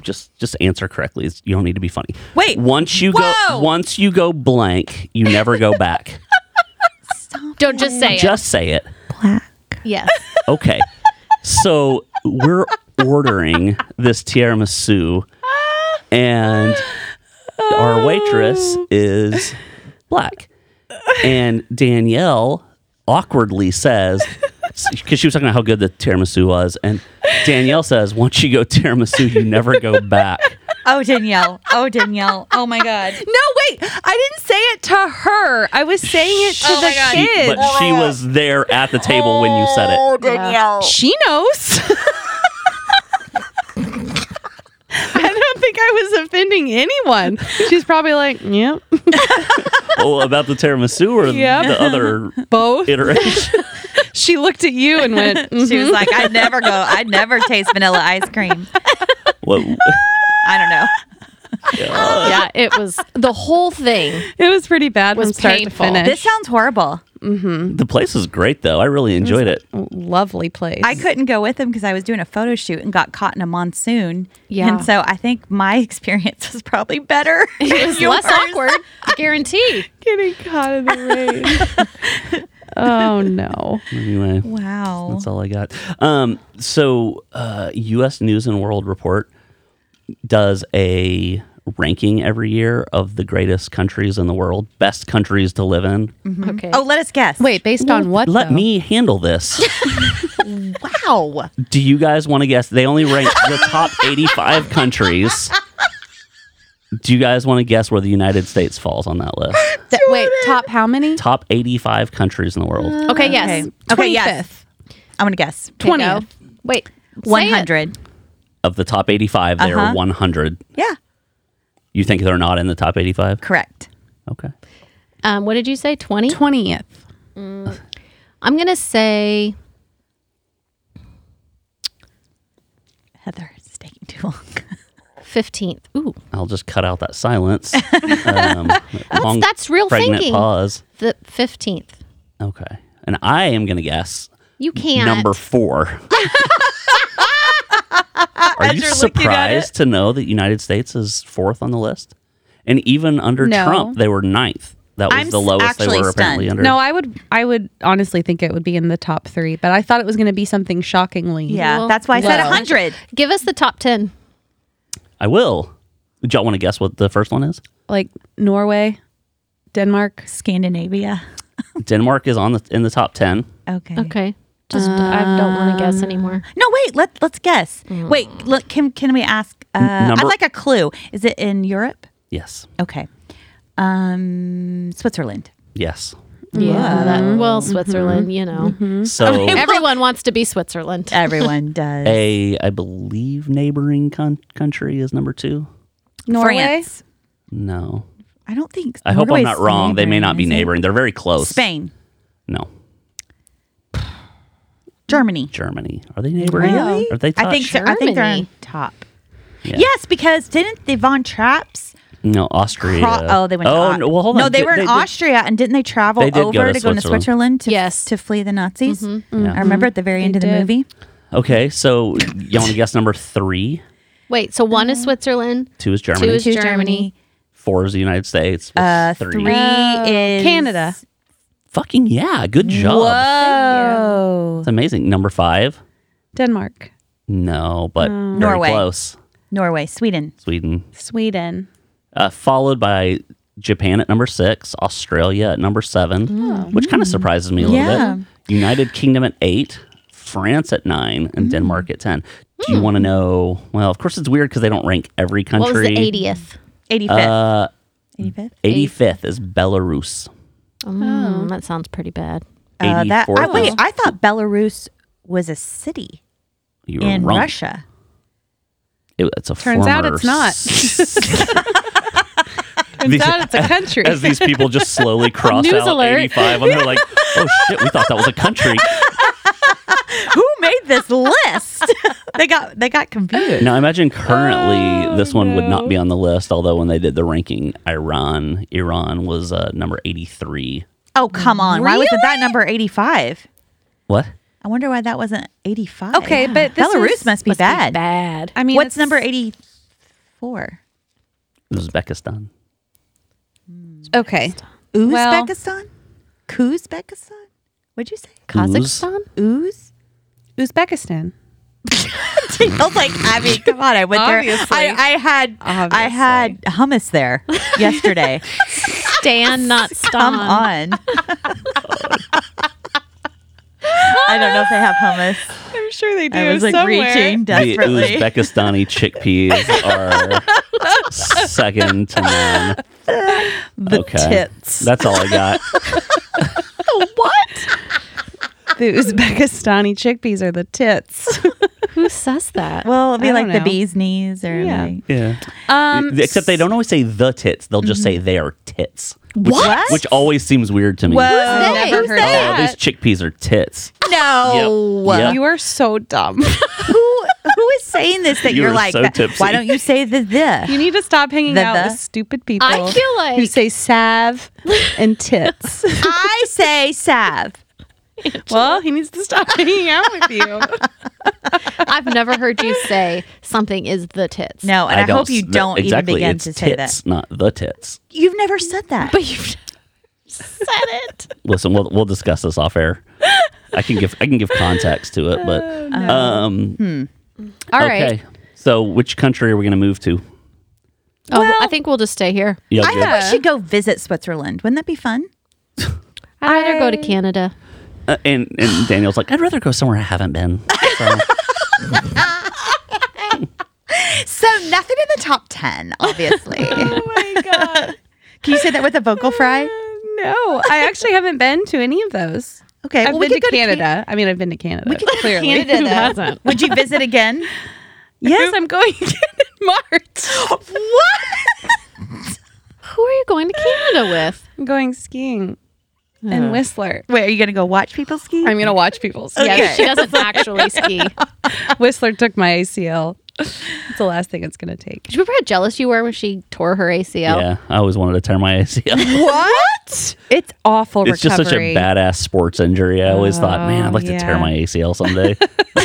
[SPEAKER 3] just just answer correctly. It's- You don't need to be funny.
[SPEAKER 1] Wait.
[SPEAKER 3] once you
[SPEAKER 1] Whoa.
[SPEAKER 3] go, once you go blank, you never go back.
[SPEAKER 4] Don't just say
[SPEAKER 3] Just say it.
[SPEAKER 4] it. Yes.
[SPEAKER 3] Okay. So we're ordering this tiramisu, and our waitress is black. And Danielle awkwardly says, because she was talking about how good the tiramisu was, and Danielle says, once you go tiramisu, you never go back.
[SPEAKER 1] Oh Danielle. Oh Danielle. Oh my God.
[SPEAKER 2] No, wait. I didn't say it to her. I was saying it to
[SPEAKER 1] Oh my
[SPEAKER 2] the
[SPEAKER 1] God.
[SPEAKER 3] She-
[SPEAKER 2] kids.
[SPEAKER 3] but she was there at the table when you said
[SPEAKER 1] Oh.
[SPEAKER 3] it.
[SPEAKER 1] Danielle.
[SPEAKER 2] She knows. I don't think I was offending anyone. She's probably like, yep,
[SPEAKER 3] Oh, about the tiramisu or
[SPEAKER 2] Yep.
[SPEAKER 3] the other
[SPEAKER 2] both.
[SPEAKER 3] iteration?
[SPEAKER 2] She looked at you and went, "Mm,
[SPEAKER 1] She was like, I'd never go. I'd never taste vanilla ice cream.
[SPEAKER 3] What?
[SPEAKER 1] I don't know.
[SPEAKER 4] yeah, it was the whole thing.
[SPEAKER 2] it was pretty bad
[SPEAKER 4] Was
[SPEAKER 2] from start
[SPEAKER 4] painful.
[SPEAKER 2] to finish.
[SPEAKER 1] This sounds horrible.
[SPEAKER 3] The place is great though. I really enjoyed it.
[SPEAKER 2] lovely place.
[SPEAKER 1] I couldn't go with him because I was doing a photo shoot and got caught in a monsoon.
[SPEAKER 4] Yeah.
[SPEAKER 1] And so I think my experience was probably better.
[SPEAKER 4] It was less awkward, guarantee.
[SPEAKER 2] getting caught in the rain. oh no.
[SPEAKER 3] Anyway,
[SPEAKER 1] Wow.
[SPEAKER 3] that's all I got. Um, so uh, U.S. News and World Report does a ranking every year of the greatest countries in the world, best countries to live in.
[SPEAKER 4] Okay.
[SPEAKER 1] Oh, let us guess.
[SPEAKER 2] Wait, based on what?
[SPEAKER 3] Let me handle this.
[SPEAKER 1] Wow.
[SPEAKER 3] Do you guys want to guess? They only rank the top 85 countries. Do you guys want to guess where the United States falls on that list?
[SPEAKER 2] wait, top how many?
[SPEAKER 3] Top 85 countries in the world.
[SPEAKER 4] Okay, yes.
[SPEAKER 1] Okay. Okay. Yes. I'm gonna guess.
[SPEAKER 4] Twenty.
[SPEAKER 2] Twentieth.
[SPEAKER 4] Wait.
[SPEAKER 1] One hundred.
[SPEAKER 3] Of the top 85, they
[SPEAKER 1] Uh-huh.
[SPEAKER 3] are 100.
[SPEAKER 1] Yeah.
[SPEAKER 3] You think they're not in the top 85?
[SPEAKER 1] Correct.
[SPEAKER 3] Okay.
[SPEAKER 4] Um, what did you say? Twenty?
[SPEAKER 2] Twentieth.
[SPEAKER 4] I'm gonna say
[SPEAKER 1] Heather, it's taking too long.
[SPEAKER 4] fifteenth. Ooh.
[SPEAKER 3] I'll just cut out that silence. Um, long,
[SPEAKER 4] that's real
[SPEAKER 3] pregnant
[SPEAKER 4] thinking.
[SPEAKER 3] pause.
[SPEAKER 4] The fifteenth.
[SPEAKER 3] Okay. And I am going to guess
[SPEAKER 4] You can't
[SPEAKER 3] number four. Are you
[SPEAKER 1] you're looking at
[SPEAKER 3] surprised to know that United States is fourth on the list? And even under
[SPEAKER 2] No.
[SPEAKER 3] Trump, they were ninth. That was
[SPEAKER 1] I'm
[SPEAKER 3] the
[SPEAKER 1] s-
[SPEAKER 3] lowest they were
[SPEAKER 1] actually
[SPEAKER 3] apparently
[SPEAKER 1] stunned.
[SPEAKER 3] under.
[SPEAKER 2] No, I would I would honestly think it would be in the top three, but I thought it was gonna be something shockingly.
[SPEAKER 1] Yeah.
[SPEAKER 4] Well,
[SPEAKER 1] that's why I said
[SPEAKER 2] low.
[SPEAKER 1] hundred.
[SPEAKER 4] give us the top ten.
[SPEAKER 3] I will. Do y'all want to guess what the first one is?
[SPEAKER 2] Like Norway, Denmark.
[SPEAKER 1] Scandinavia.
[SPEAKER 3] Denmark is on the in the top ten.
[SPEAKER 1] Okay.
[SPEAKER 4] Okay. Just I don't want to guess anymore.
[SPEAKER 1] No, wait. Let Let's guess.
[SPEAKER 4] Mm.
[SPEAKER 1] Wait. Look. Can Can we ask? Uh, I'd
[SPEAKER 3] number-
[SPEAKER 1] like a clue. Is it in Europe?
[SPEAKER 3] Yes.
[SPEAKER 1] Okay. Um, Switzerland.
[SPEAKER 3] Yes.
[SPEAKER 4] Yeah. That, well, Switzerland, you know.
[SPEAKER 3] Mm-hmm.
[SPEAKER 1] Mm-hmm.
[SPEAKER 3] So
[SPEAKER 4] Everyone wants to be Switzerland.
[SPEAKER 1] Uh, Everyone does.
[SPEAKER 3] a I believe neighboring con- country is number 2.
[SPEAKER 2] Norway?
[SPEAKER 1] France.
[SPEAKER 3] No.
[SPEAKER 1] I don't think.
[SPEAKER 3] I hope I'm
[SPEAKER 1] Norway's
[SPEAKER 3] not wrong. They may not be
[SPEAKER 1] is it?
[SPEAKER 3] neighboring. They're very close.
[SPEAKER 1] Spain,
[SPEAKER 3] No.
[SPEAKER 1] Germany.
[SPEAKER 3] Germany. Are they neighboring?
[SPEAKER 1] Really?
[SPEAKER 3] Are they touch?
[SPEAKER 1] I think so. I think they're on
[SPEAKER 4] Germany.
[SPEAKER 1] top.
[SPEAKER 3] Yeah.
[SPEAKER 1] Yes, because didn't the Von Trapps?
[SPEAKER 3] No, Austria.
[SPEAKER 1] cro- oh, they went. to
[SPEAKER 3] Oh,
[SPEAKER 1] Au-
[SPEAKER 3] no, well, hold on.
[SPEAKER 1] No, they
[SPEAKER 3] Did-
[SPEAKER 1] were in
[SPEAKER 3] did-
[SPEAKER 1] Austria, and didn't they travel
[SPEAKER 3] They did go
[SPEAKER 1] over to, go
[SPEAKER 3] to
[SPEAKER 1] to
[SPEAKER 3] Switzerland.
[SPEAKER 1] Switzerland to
[SPEAKER 4] Yes.
[SPEAKER 1] to flee the Nazis?
[SPEAKER 3] Yeah.
[SPEAKER 1] I remember at the very end of the
[SPEAKER 2] did.
[SPEAKER 1] movie.
[SPEAKER 3] Okay, so you want to guess number 3?
[SPEAKER 4] Wait, so one is Switzerland,
[SPEAKER 3] 2 is Germany.
[SPEAKER 4] two is Germany.
[SPEAKER 3] Four is the United States.
[SPEAKER 1] Uh,
[SPEAKER 3] Three.
[SPEAKER 1] three is
[SPEAKER 2] Canada.
[SPEAKER 3] Fucking yeah. Good job.
[SPEAKER 1] Whoa,
[SPEAKER 3] It's amazing. Number five?
[SPEAKER 2] Denmark,
[SPEAKER 3] No, but very
[SPEAKER 1] Mm. Norway.
[SPEAKER 3] close.
[SPEAKER 1] Norway, Sweden.
[SPEAKER 3] Sweden.
[SPEAKER 2] Sweden.
[SPEAKER 3] Uh, followed by Japan at number six, Australia at number seven, which kind of surprises me a little
[SPEAKER 1] Yeah.
[SPEAKER 3] bit. United Kingdom at eight, France at nine, and Denmark at 10. Do you want to know? Well, of course, it's weird because they don't rank every
[SPEAKER 4] What
[SPEAKER 3] country.
[SPEAKER 4] was the 80th?
[SPEAKER 1] Eighty fifth.
[SPEAKER 3] Uh,
[SPEAKER 1] Eighty fifth.
[SPEAKER 3] 85th is Belarus.
[SPEAKER 4] Mm, that sounds pretty bad.
[SPEAKER 1] Uh, that I,
[SPEAKER 3] 84th
[SPEAKER 1] wait,
[SPEAKER 3] is-
[SPEAKER 1] I thought Belarus was a city
[SPEAKER 3] You were
[SPEAKER 1] in
[SPEAKER 3] wrong.
[SPEAKER 1] Russia.
[SPEAKER 3] It- it's a
[SPEAKER 2] Turns out
[SPEAKER 3] former
[SPEAKER 2] it's not.
[SPEAKER 3] These-
[SPEAKER 2] Turns out it's a country.
[SPEAKER 3] as these people just slowly cross
[SPEAKER 4] News
[SPEAKER 3] out
[SPEAKER 4] alert.
[SPEAKER 3] 85 and they're like oh shit we thought that was a country
[SPEAKER 1] Who made this list? they got they got confused.
[SPEAKER 3] now imagine
[SPEAKER 1] Oh,
[SPEAKER 3] currently this one would not be on the list although when they did the ranking iran iran was uh, number 83
[SPEAKER 1] Oh come on! Why wasn't that number eighty five?
[SPEAKER 3] what
[SPEAKER 1] I wonder why that wasn't eighty five.
[SPEAKER 2] Okay, but this
[SPEAKER 1] Belarus
[SPEAKER 2] is-
[SPEAKER 1] must be bad.
[SPEAKER 4] Bad.
[SPEAKER 2] I mean,
[SPEAKER 1] What's
[SPEAKER 2] it's-
[SPEAKER 1] number eighty four?
[SPEAKER 3] uzbekistan
[SPEAKER 2] Okay, Well-
[SPEAKER 1] Uzbekistan, Kuzbekistan. What'd you say?
[SPEAKER 4] Kazakhstan?
[SPEAKER 1] Uz.
[SPEAKER 2] Uzbekistan.
[SPEAKER 1] I was like, I mean, come on! I went there.
[SPEAKER 2] Obviously.
[SPEAKER 1] I, I had I had hummus there yesterday.
[SPEAKER 4] Stan, not
[SPEAKER 1] Come
[SPEAKER 4] Stan.
[SPEAKER 1] on. I don't know if they have hummus.
[SPEAKER 2] I'm sure they do.
[SPEAKER 1] I was like reaching
[SPEAKER 3] the
[SPEAKER 1] desperately.
[SPEAKER 3] uzbekistani chickpeas are second to none
[SPEAKER 1] The tits.
[SPEAKER 3] that's all i got
[SPEAKER 2] The Uzbekistani chickpeas are the tits.
[SPEAKER 4] Who says that?
[SPEAKER 1] well, it'd be
[SPEAKER 2] I
[SPEAKER 1] like
[SPEAKER 2] don't
[SPEAKER 1] the
[SPEAKER 2] know.
[SPEAKER 1] bee's knees or
[SPEAKER 2] Yeah.
[SPEAKER 1] like.
[SPEAKER 3] yeah
[SPEAKER 2] Um,
[SPEAKER 3] except they don't always say the tits they'll just say they are tits which,
[SPEAKER 1] Mm-hmm. What?
[SPEAKER 3] which always seems weird to me
[SPEAKER 1] Whoa.
[SPEAKER 2] I've never
[SPEAKER 4] Who's
[SPEAKER 2] heard
[SPEAKER 3] Oh, these
[SPEAKER 2] that.
[SPEAKER 3] chickpeas are tits.
[SPEAKER 1] No.
[SPEAKER 3] Yep. Yep.
[SPEAKER 2] You are so dumb.
[SPEAKER 1] Who who is saying this that
[SPEAKER 3] You
[SPEAKER 1] you are
[SPEAKER 3] are
[SPEAKER 1] like
[SPEAKER 3] so
[SPEAKER 1] that?
[SPEAKER 3] tipsy.
[SPEAKER 1] why don't you say the the?
[SPEAKER 2] You need to stop hanging
[SPEAKER 1] The-
[SPEAKER 2] out
[SPEAKER 1] the-
[SPEAKER 2] with stupid people.
[SPEAKER 4] I feel like-
[SPEAKER 2] who say salve and tits.
[SPEAKER 1] I say Sav.
[SPEAKER 2] well, he needs to stop hanging out with you.
[SPEAKER 4] I've never heard you say something is the tits.
[SPEAKER 1] No, Oh, and I,
[SPEAKER 3] don't
[SPEAKER 1] hope you
[SPEAKER 3] s- th-
[SPEAKER 1] don't
[SPEAKER 3] exactly,
[SPEAKER 1] even begin
[SPEAKER 3] it's
[SPEAKER 1] to
[SPEAKER 3] tits,
[SPEAKER 1] say that.
[SPEAKER 3] Not the tits.
[SPEAKER 1] You've never said that.
[SPEAKER 4] But you've said it.
[SPEAKER 3] Listen, we'll we'll discuss this off air. I can give I can give context to it, but
[SPEAKER 1] Oh,
[SPEAKER 3] um,
[SPEAKER 1] Hmm.
[SPEAKER 4] All right.
[SPEAKER 3] okay. So, which country are we going to move to?
[SPEAKER 4] Oh, I think we'll just stay here.
[SPEAKER 3] Yeah,
[SPEAKER 1] I
[SPEAKER 3] Jim?
[SPEAKER 1] think we should go visit Switzerland. Wouldn't that be fun?
[SPEAKER 4] I'd rather go to Canada.
[SPEAKER 3] Uh, and and Daniel's like, I'd rather go somewhere I haven't been. So,
[SPEAKER 1] So nothing in the top ten, obviously. Can
[SPEAKER 2] my god.
[SPEAKER 1] you say that with a vocal fry?
[SPEAKER 2] No, I actually haven't been to any of those.
[SPEAKER 1] Okay,
[SPEAKER 2] I've
[SPEAKER 1] well, we
[SPEAKER 2] been to
[SPEAKER 1] could go
[SPEAKER 2] Canada. I mean, I've been to Canada. We clearly.
[SPEAKER 1] Canada, though. Would you visit again?
[SPEAKER 2] Yes, I'm going again in March.
[SPEAKER 1] what?
[SPEAKER 4] Who are you going to Canada with?
[SPEAKER 2] I'm going skiing in Whistler.
[SPEAKER 1] Wait, are you gonna go watch people ski?
[SPEAKER 2] I'm gonna watch people ski.
[SPEAKER 4] Yeah, she doesn't actually ski.
[SPEAKER 2] Whistler took my ACL. It's the last thing it's gonna take.
[SPEAKER 4] Do you remember how jealous you were when she tore her ACL?
[SPEAKER 3] yeah, I always wanted to tear my ACL.
[SPEAKER 2] What? It's awful
[SPEAKER 3] it's just
[SPEAKER 2] recovery.
[SPEAKER 3] such a badass sports injury. I always
[SPEAKER 1] Oh,
[SPEAKER 3] thought, man, I'd like to tear
[SPEAKER 2] yeah.
[SPEAKER 3] my ACL someday.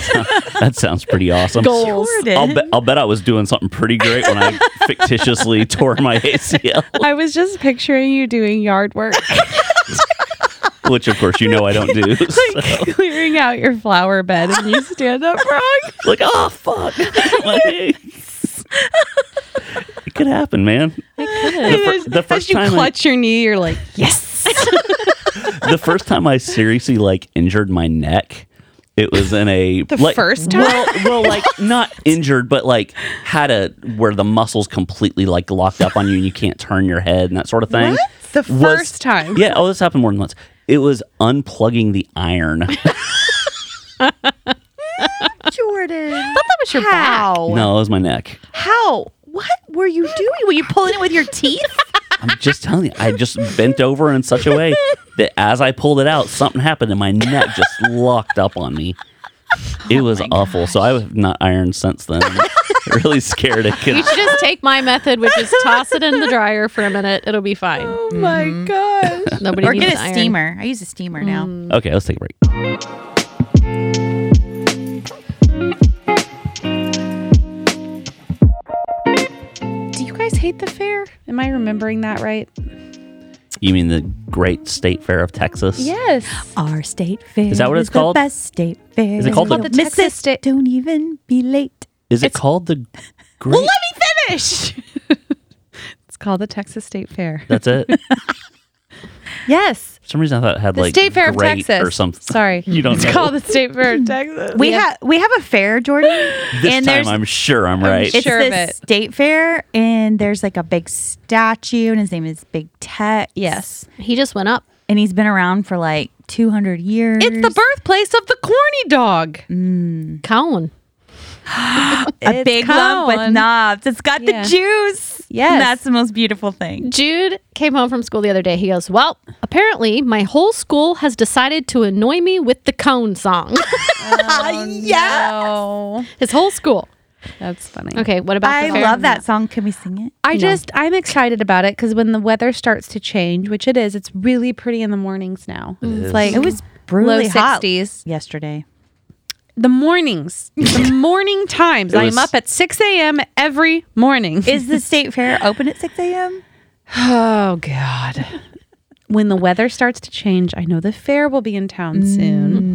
[SPEAKER 3] that sounds pretty awesome.
[SPEAKER 4] Goals.
[SPEAKER 3] I'll, bet I'll bet I was doing something pretty great when I fictitiously tore my ACL,
[SPEAKER 2] I was just picturing you doing yard work,
[SPEAKER 3] which of course you know I don't do. So,
[SPEAKER 2] clearing out your flower bed, and you stand up wrong.
[SPEAKER 3] like, oh fuck, my eggs. It could happen, man. The, fir- the
[SPEAKER 2] As
[SPEAKER 3] first
[SPEAKER 2] you
[SPEAKER 3] time,
[SPEAKER 2] clutch your knee, you're like, yes.
[SPEAKER 3] I, the first time I seriously like injured my neck It was in a the
[SPEAKER 2] first time?
[SPEAKER 3] Well, well, like not injured, but like had a where the muscles completely like locked up on you and you can't turn your head and that sort of thing.
[SPEAKER 2] The
[SPEAKER 3] Was-
[SPEAKER 2] first time.
[SPEAKER 3] Yeah. Oh, this happened more than once. It was unplugging the iron.
[SPEAKER 1] Jordan.
[SPEAKER 4] that was your back.
[SPEAKER 1] How?
[SPEAKER 3] no, it was my neck.
[SPEAKER 1] How? What were you doing? Were you pulling it with your teeth?
[SPEAKER 3] I'm just telling you, I just bent over in such a way that as I pulled it out, something happened and my neck just locked up on me. It
[SPEAKER 2] Oh
[SPEAKER 3] was awful. So I have not ironed since then. It really scared it.
[SPEAKER 4] You should just take my method, which is toss it in the dryer for a minute. It'll be fine.
[SPEAKER 2] Oh my
[SPEAKER 3] Mm-hmm.
[SPEAKER 2] gosh.
[SPEAKER 4] Nobody
[SPEAKER 1] Or
[SPEAKER 4] needs
[SPEAKER 1] get a
[SPEAKER 4] iron.
[SPEAKER 1] steamer. I use a steamer now.
[SPEAKER 2] Mm.
[SPEAKER 3] Okay, let's take a break.
[SPEAKER 2] Do you guys hate the fair? Am I remembering that right?
[SPEAKER 3] You mean the Great State Fair of Texas?
[SPEAKER 2] Yes.
[SPEAKER 1] Our state fair
[SPEAKER 3] Is that what it's
[SPEAKER 1] the
[SPEAKER 3] called?
[SPEAKER 1] best state fair.
[SPEAKER 3] Is it called It's called
[SPEAKER 2] the- the Texas
[SPEAKER 1] Missus,
[SPEAKER 2] State-
[SPEAKER 1] Don't even be late.
[SPEAKER 3] Is it called the Great?
[SPEAKER 2] Let me finish. it's called the Texas State Fair.
[SPEAKER 3] That's it.
[SPEAKER 2] Yes.
[SPEAKER 3] For some reason, I thought it had
[SPEAKER 2] The
[SPEAKER 3] like
[SPEAKER 2] State Fair of
[SPEAKER 3] great
[SPEAKER 2] Texas.
[SPEAKER 3] or something.
[SPEAKER 2] Sorry.
[SPEAKER 3] You don't
[SPEAKER 2] it's
[SPEAKER 3] know.
[SPEAKER 2] called the State Fair of Texas.
[SPEAKER 1] We have we have a fair, Jordan.
[SPEAKER 3] This
[SPEAKER 1] and
[SPEAKER 3] time,
[SPEAKER 1] there's
[SPEAKER 3] I'm sure I'm right.
[SPEAKER 1] it's
[SPEAKER 2] sure of
[SPEAKER 1] the
[SPEAKER 2] it.
[SPEAKER 1] state fair, and there's like a big statue, and his name is Big Tex.
[SPEAKER 2] Yes.
[SPEAKER 4] He just went up.
[SPEAKER 1] and he's been around for like 200 years.
[SPEAKER 2] It's the birthplace of the corny dog.
[SPEAKER 4] Cone.
[SPEAKER 1] a
[SPEAKER 2] It's
[SPEAKER 1] big lump with
[SPEAKER 2] Colin.
[SPEAKER 1] knobs. It's got
[SPEAKER 2] Yeah.
[SPEAKER 1] the juice.
[SPEAKER 2] Yes.
[SPEAKER 1] And that's the most beautiful thing.
[SPEAKER 4] Jude came home from school the other day. He goes, Well, apparently my whole school has decided to annoy me with the cone song.
[SPEAKER 1] yeah.
[SPEAKER 2] Oh,
[SPEAKER 4] His whole school.
[SPEAKER 2] that's funny.
[SPEAKER 4] Okay, what about
[SPEAKER 1] I
[SPEAKER 4] the fair?
[SPEAKER 1] love that song. Can we sing it?
[SPEAKER 2] I just I'm excited about it because when the weather starts to change, which it is, it's really pretty in the mornings now. It's like
[SPEAKER 1] It was
[SPEAKER 2] low
[SPEAKER 1] brutally hot
[SPEAKER 2] sixties.
[SPEAKER 1] yesterday.
[SPEAKER 2] The mornings, the morning times.
[SPEAKER 3] It
[SPEAKER 2] I'm
[SPEAKER 3] was-
[SPEAKER 2] up at six a.m. every morning.
[SPEAKER 1] Is the state fair open at 6 a.m.?
[SPEAKER 2] oh God. when the weather starts to change, I know the fair will be in town soon,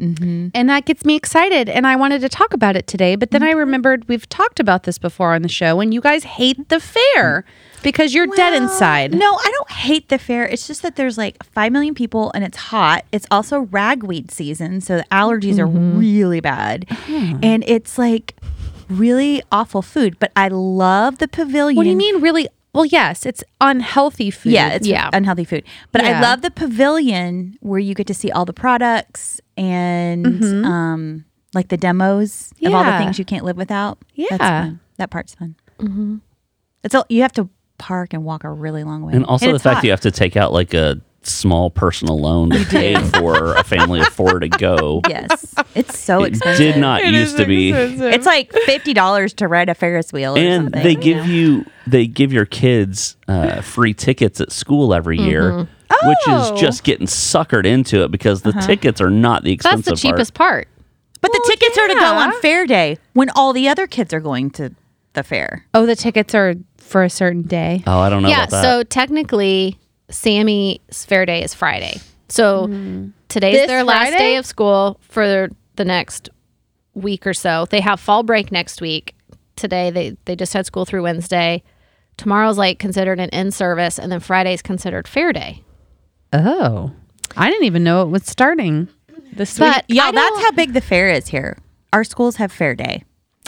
[SPEAKER 2] Mm-hmm. and that gets me excited. And I wanted to talk about it today, but then I remembered we've talked about this before on the show, and you guys hate the fair because you're dead
[SPEAKER 1] Well,
[SPEAKER 2] inside.
[SPEAKER 1] No, I don't hate the fair. It's just that there's like 5 million people and it's hot. It's also ragweed season. So the allergies are really bad. And it's like really awful food. But I love the pavilion.
[SPEAKER 2] What do you mean, really? Well, yes, it's unhealthy food.
[SPEAKER 1] Yeah, it's
[SPEAKER 4] Yeah.
[SPEAKER 1] unhealthy food. But
[SPEAKER 2] Yeah.
[SPEAKER 1] I love the pavilion where you get to see all the products and um, like the demos of all the
[SPEAKER 2] Yeah.
[SPEAKER 1] things you can't live without.
[SPEAKER 2] Yeah.
[SPEAKER 1] That's fun. that part's fun. It's all you have to park and walk a really long way,
[SPEAKER 3] And also the
[SPEAKER 1] it's
[SPEAKER 3] fact
[SPEAKER 1] hot.
[SPEAKER 3] you have to take out like a small personal loan to pay for a family of four to go.
[SPEAKER 1] yes, Oh, it's so
[SPEAKER 3] it
[SPEAKER 1] expensive.
[SPEAKER 3] did not used to be.
[SPEAKER 1] It's like fifty dollars to ride a Ferris wheel, or
[SPEAKER 3] And
[SPEAKER 1] something.
[SPEAKER 3] they give you they give your kids uh, free tickets at school every year, which
[SPEAKER 2] Oh.
[SPEAKER 3] is just getting suckered into it because the tickets are not the
[SPEAKER 4] That's
[SPEAKER 3] expensive
[SPEAKER 4] the cheapest part.
[SPEAKER 1] but the tickets are to go
[SPEAKER 2] yeah.
[SPEAKER 1] on fair day when all the other kids are going to the fair.
[SPEAKER 2] oh, the tickets are for a certain day.
[SPEAKER 3] part. Oh, I don't know
[SPEAKER 4] Yeah,
[SPEAKER 3] about that.
[SPEAKER 4] so technically Sammy's fair day is Friday. So today's
[SPEAKER 2] This
[SPEAKER 4] their last
[SPEAKER 2] Friday?
[SPEAKER 4] day of school for the next week or so. They have fall break next week. Today they they just had school through Wednesday. Tomorrow's like considered an in service and then Friday's considered fair day.
[SPEAKER 2] Oh, I didn't even know it was starting this week.
[SPEAKER 4] But
[SPEAKER 1] Yeah,
[SPEAKER 4] I
[SPEAKER 1] that's
[SPEAKER 4] don't-
[SPEAKER 1] how big the fair is here. Our schools have fair day.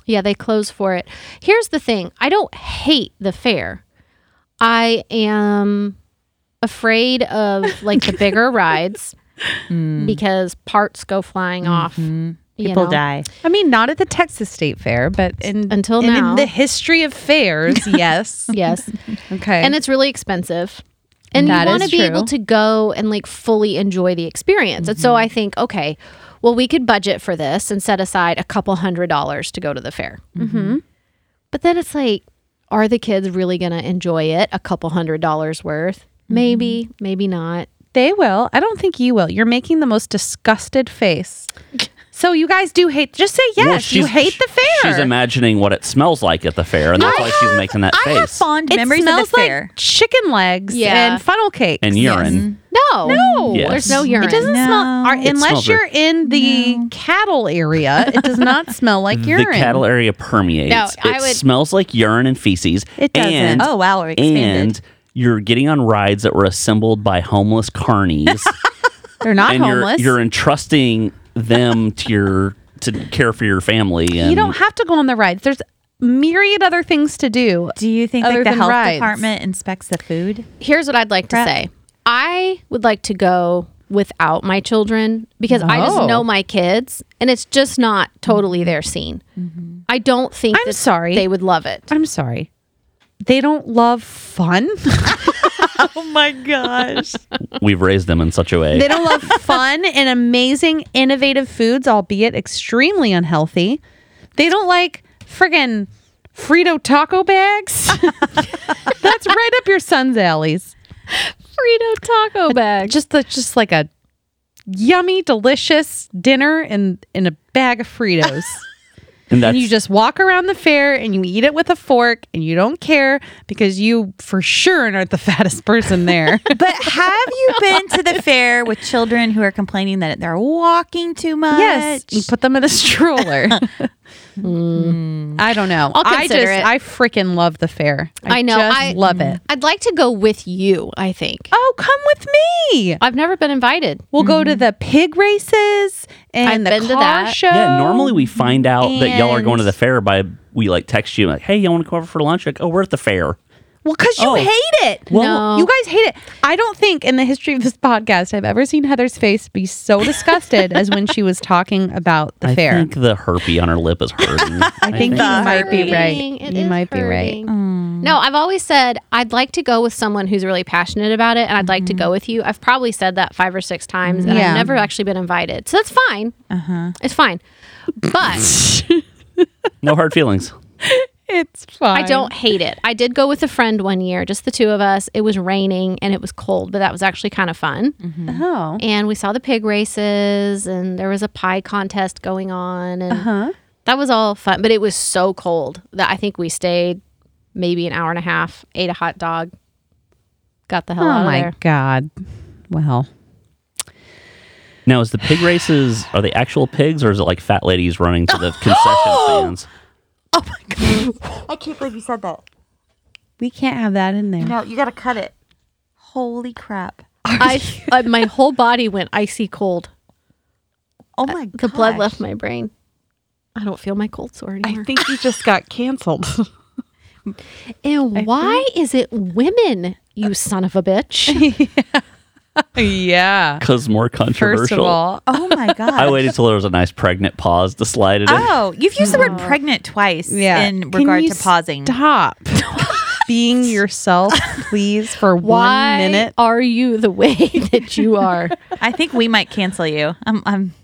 [SPEAKER 4] Yeah, they close for it. Here's the thing I don't hate the fair. I am afraid of like the bigger rides because parts go flying off. you
[SPEAKER 1] Mm. Mm-hmm. People
[SPEAKER 4] know?
[SPEAKER 1] die.
[SPEAKER 2] I mean, not at the Texas State Fair, but in,
[SPEAKER 4] Until
[SPEAKER 2] in-
[SPEAKER 4] now.
[SPEAKER 2] in the history of fairs, yes.
[SPEAKER 4] Yes.
[SPEAKER 2] Okay,
[SPEAKER 4] and it's really expensive. And
[SPEAKER 2] That
[SPEAKER 4] you want to
[SPEAKER 2] is
[SPEAKER 4] be
[SPEAKER 2] true. Mm-hmm.
[SPEAKER 4] able to go and like fully enjoy the experience. And so I think, okay, well, we could budget for this and set aside a couple hundred dollars to go to the fair.
[SPEAKER 2] Mm-hmm.
[SPEAKER 4] But then it's like, are the kids really going to enjoy it? A couple hundred dollars worth?
[SPEAKER 2] Mm-hmm.
[SPEAKER 4] Maybe, maybe not.
[SPEAKER 2] they will. I don't think you will. You're making the most disgusted face. So you guys do hate. Just say
[SPEAKER 3] Well,
[SPEAKER 2] yes. you
[SPEAKER 3] she's-
[SPEAKER 2] hate the fair.
[SPEAKER 3] She's imagining what it smells like at the fair, and that's why she's making that
[SPEAKER 1] I
[SPEAKER 3] face.
[SPEAKER 1] have fond
[SPEAKER 2] it
[SPEAKER 1] memories of
[SPEAKER 2] smells
[SPEAKER 1] the fair.
[SPEAKER 2] like chicken legs
[SPEAKER 4] Yeah.
[SPEAKER 2] and funnel cakes
[SPEAKER 3] and urine.
[SPEAKER 4] No, no,
[SPEAKER 3] Yes.
[SPEAKER 4] there's no urine.
[SPEAKER 2] It doesn't
[SPEAKER 1] No.
[SPEAKER 2] smell or,
[SPEAKER 1] It
[SPEAKER 2] unless
[SPEAKER 3] smells
[SPEAKER 2] you're in the cattle area. It does not smell like urine.
[SPEAKER 3] The cattle area permeates.
[SPEAKER 4] No,
[SPEAKER 3] it
[SPEAKER 4] I would-
[SPEAKER 3] smells like urine and feces.
[SPEAKER 2] It doesn't.
[SPEAKER 3] And,
[SPEAKER 1] Oh, wow, we're expanded.
[SPEAKER 3] And you're getting on rides that were assembled by homeless carnies,
[SPEAKER 2] They're not
[SPEAKER 3] and you're
[SPEAKER 2] homeless.
[SPEAKER 3] you're entrusting them to your to care for your family. And
[SPEAKER 2] You don't have to go on the rides. There's myriad other things to do.
[SPEAKER 1] Do you think
[SPEAKER 2] Other
[SPEAKER 1] like the
[SPEAKER 2] than
[SPEAKER 1] health
[SPEAKER 2] rides.
[SPEAKER 1] department inspects the food?
[SPEAKER 4] Here's what I'd like to
[SPEAKER 1] Prep.
[SPEAKER 4] say. I would like to go without my children because I
[SPEAKER 2] Oh.
[SPEAKER 4] just know my kids and it's just not totally their scene. I don't think
[SPEAKER 2] Mm-hmm. I'm
[SPEAKER 4] that
[SPEAKER 2] sorry.
[SPEAKER 4] they would love it.
[SPEAKER 2] I'm sorry. They don't love fun.
[SPEAKER 1] Oh my gosh.
[SPEAKER 3] we've raised them in such a way.
[SPEAKER 2] they don't love fun and amazing, innovative foods, albeit extremely unhealthy. They don't like friggin' Frito taco bags. That's right up your son's alleys.
[SPEAKER 4] Frito taco bag.
[SPEAKER 2] Just the, just like a yummy, delicious dinner in in a bag of Fritos.
[SPEAKER 3] and that's
[SPEAKER 2] and you just walk around the fair and you eat it with a fork and you don't care because you for sure aren't the fattest person there.
[SPEAKER 1] But have you been to the fair with children who are complaining that they're walking too much?
[SPEAKER 2] Yes, you put them in a stroller. Mm. I don't know.
[SPEAKER 4] I'll
[SPEAKER 2] I
[SPEAKER 4] consider
[SPEAKER 2] just
[SPEAKER 4] it.
[SPEAKER 2] I freaking love the fair. I,
[SPEAKER 4] I know,
[SPEAKER 2] just
[SPEAKER 4] I-
[SPEAKER 2] love it.
[SPEAKER 4] I'd like to go with you, I think.
[SPEAKER 2] Oh, come with me.
[SPEAKER 4] I've never been invited.
[SPEAKER 2] We'll go to the pig races
[SPEAKER 4] Mm-hmm. I've
[SPEAKER 2] and
[SPEAKER 4] been
[SPEAKER 2] the
[SPEAKER 4] to
[SPEAKER 2] car
[SPEAKER 4] that.
[SPEAKER 2] show.
[SPEAKER 3] yeah. Normally we find out that y'all are going to
[SPEAKER 2] And-
[SPEAKER 3] the fair by we like text you like, hey, you want to come over for lunch? Like, oh, we're at the fair.
[SPEAKER 2] Well, because you
[SPEAKER 3] Oh.
[SPEAKER 2] hate it.
[SPEAKER 4] Well- No.
[SPEAKER 2] you guys hate it. I don't think in the history of this podcast I've ever seen Heather's face be so disgusted as when she was talking about the
[SPEAKER 3] I
[SPEAKER 2] fair.
[SPEAKER 3] think the herpy on her lip is hurting. I
[SPEAKER 2] think
[SPEAKER 1] the-
[SPEAKER 2] you might be
[SPEAKER 4] hurting.
[SPEAKER 2] right.
[SPEAKER 4] It
[SPEAKER 2] you
[SPEAKER 4] is
[SPEAKER 2] might be right. Mm.
[SPEAKER 4] hurting. No, I've always said I'd like to go with someone who's really passionate about it, and I'd like to go with you. I've probably said that five or six times, and
[SPEAKER 2] Mm-hmm. Yeah.
[SPEAKER 4] I've never actually been invited, so that's fine. Uh-huh. It's fine, but
[SPEAKER 3] no hard feelings.
[SPEAKER 2] It's fine.
[SPEAKER 4] I don't hate it. I did go with a friend one year, just the two of us. It was raining and it was cold, but that was actually kind of fun.
[SPEAKER 2] Oh.
[SPEAKER 4] And we saw the pig races, and there was a pie contest going on, and
[SPEAKER 2] Uh-huh.
[SPEAKER 4] that was all fun. But it was so cold that I think we stayed maybe an hour and a half, ate a hot dog, got the hell out
[SPEAKER 2] Oh
[SPEAKER 4] of
[SPEAKER 2] my
[SPEAKER 4] there.
[SPEAKER 2] god. Well.
[SPEAKER 3] Now, is the pig races are they actual pigs or is it like fat ladies running to the concession stands?
[SPEAKER 1] I can't believe you said that.
[SPEAKER 2] We can't have that in there.
[SPEAKER 1] No, you got to cut it. Holy crap.
[SPEAKER 4] I, I my whole body went icy cold.
[SPEAKER 1] Oh my god.
[SPEAKER 4] The blood left my brain. I don't feel my cold sore anymore.
[SPEAKER 2] think you just got canceled.
[SPEAKER 4] and why is it women, you son of a bitch?
[SPEAKER 2] yeah.
[SPEAKER 3] Because more controversial.
[SPEAKER 2] First of all,
[SPEAKER 1] Oh my god.
[SPEAKER 3] I waited till there was a nice pregnant pause to slide it in.
[SPEAKER 1] Oh, you've used the word pregnant twice
[SPEAKER 2] yeah.
[SPEAKER 1] in
[SPEAKER 2] Can
[SPEAKER 1] regard
[SPEAKER 2] you
[SPEAKER 1] to pausing.
[SPEAKER 2] Stop being yourself, please, for
[SPEAKER 4] Why
[SPEAKER 2] one minute.
[SPEAKER 4] are you the way that you are?
[SPEAKER 1] I think we might cancel you. Um, I'm, I'm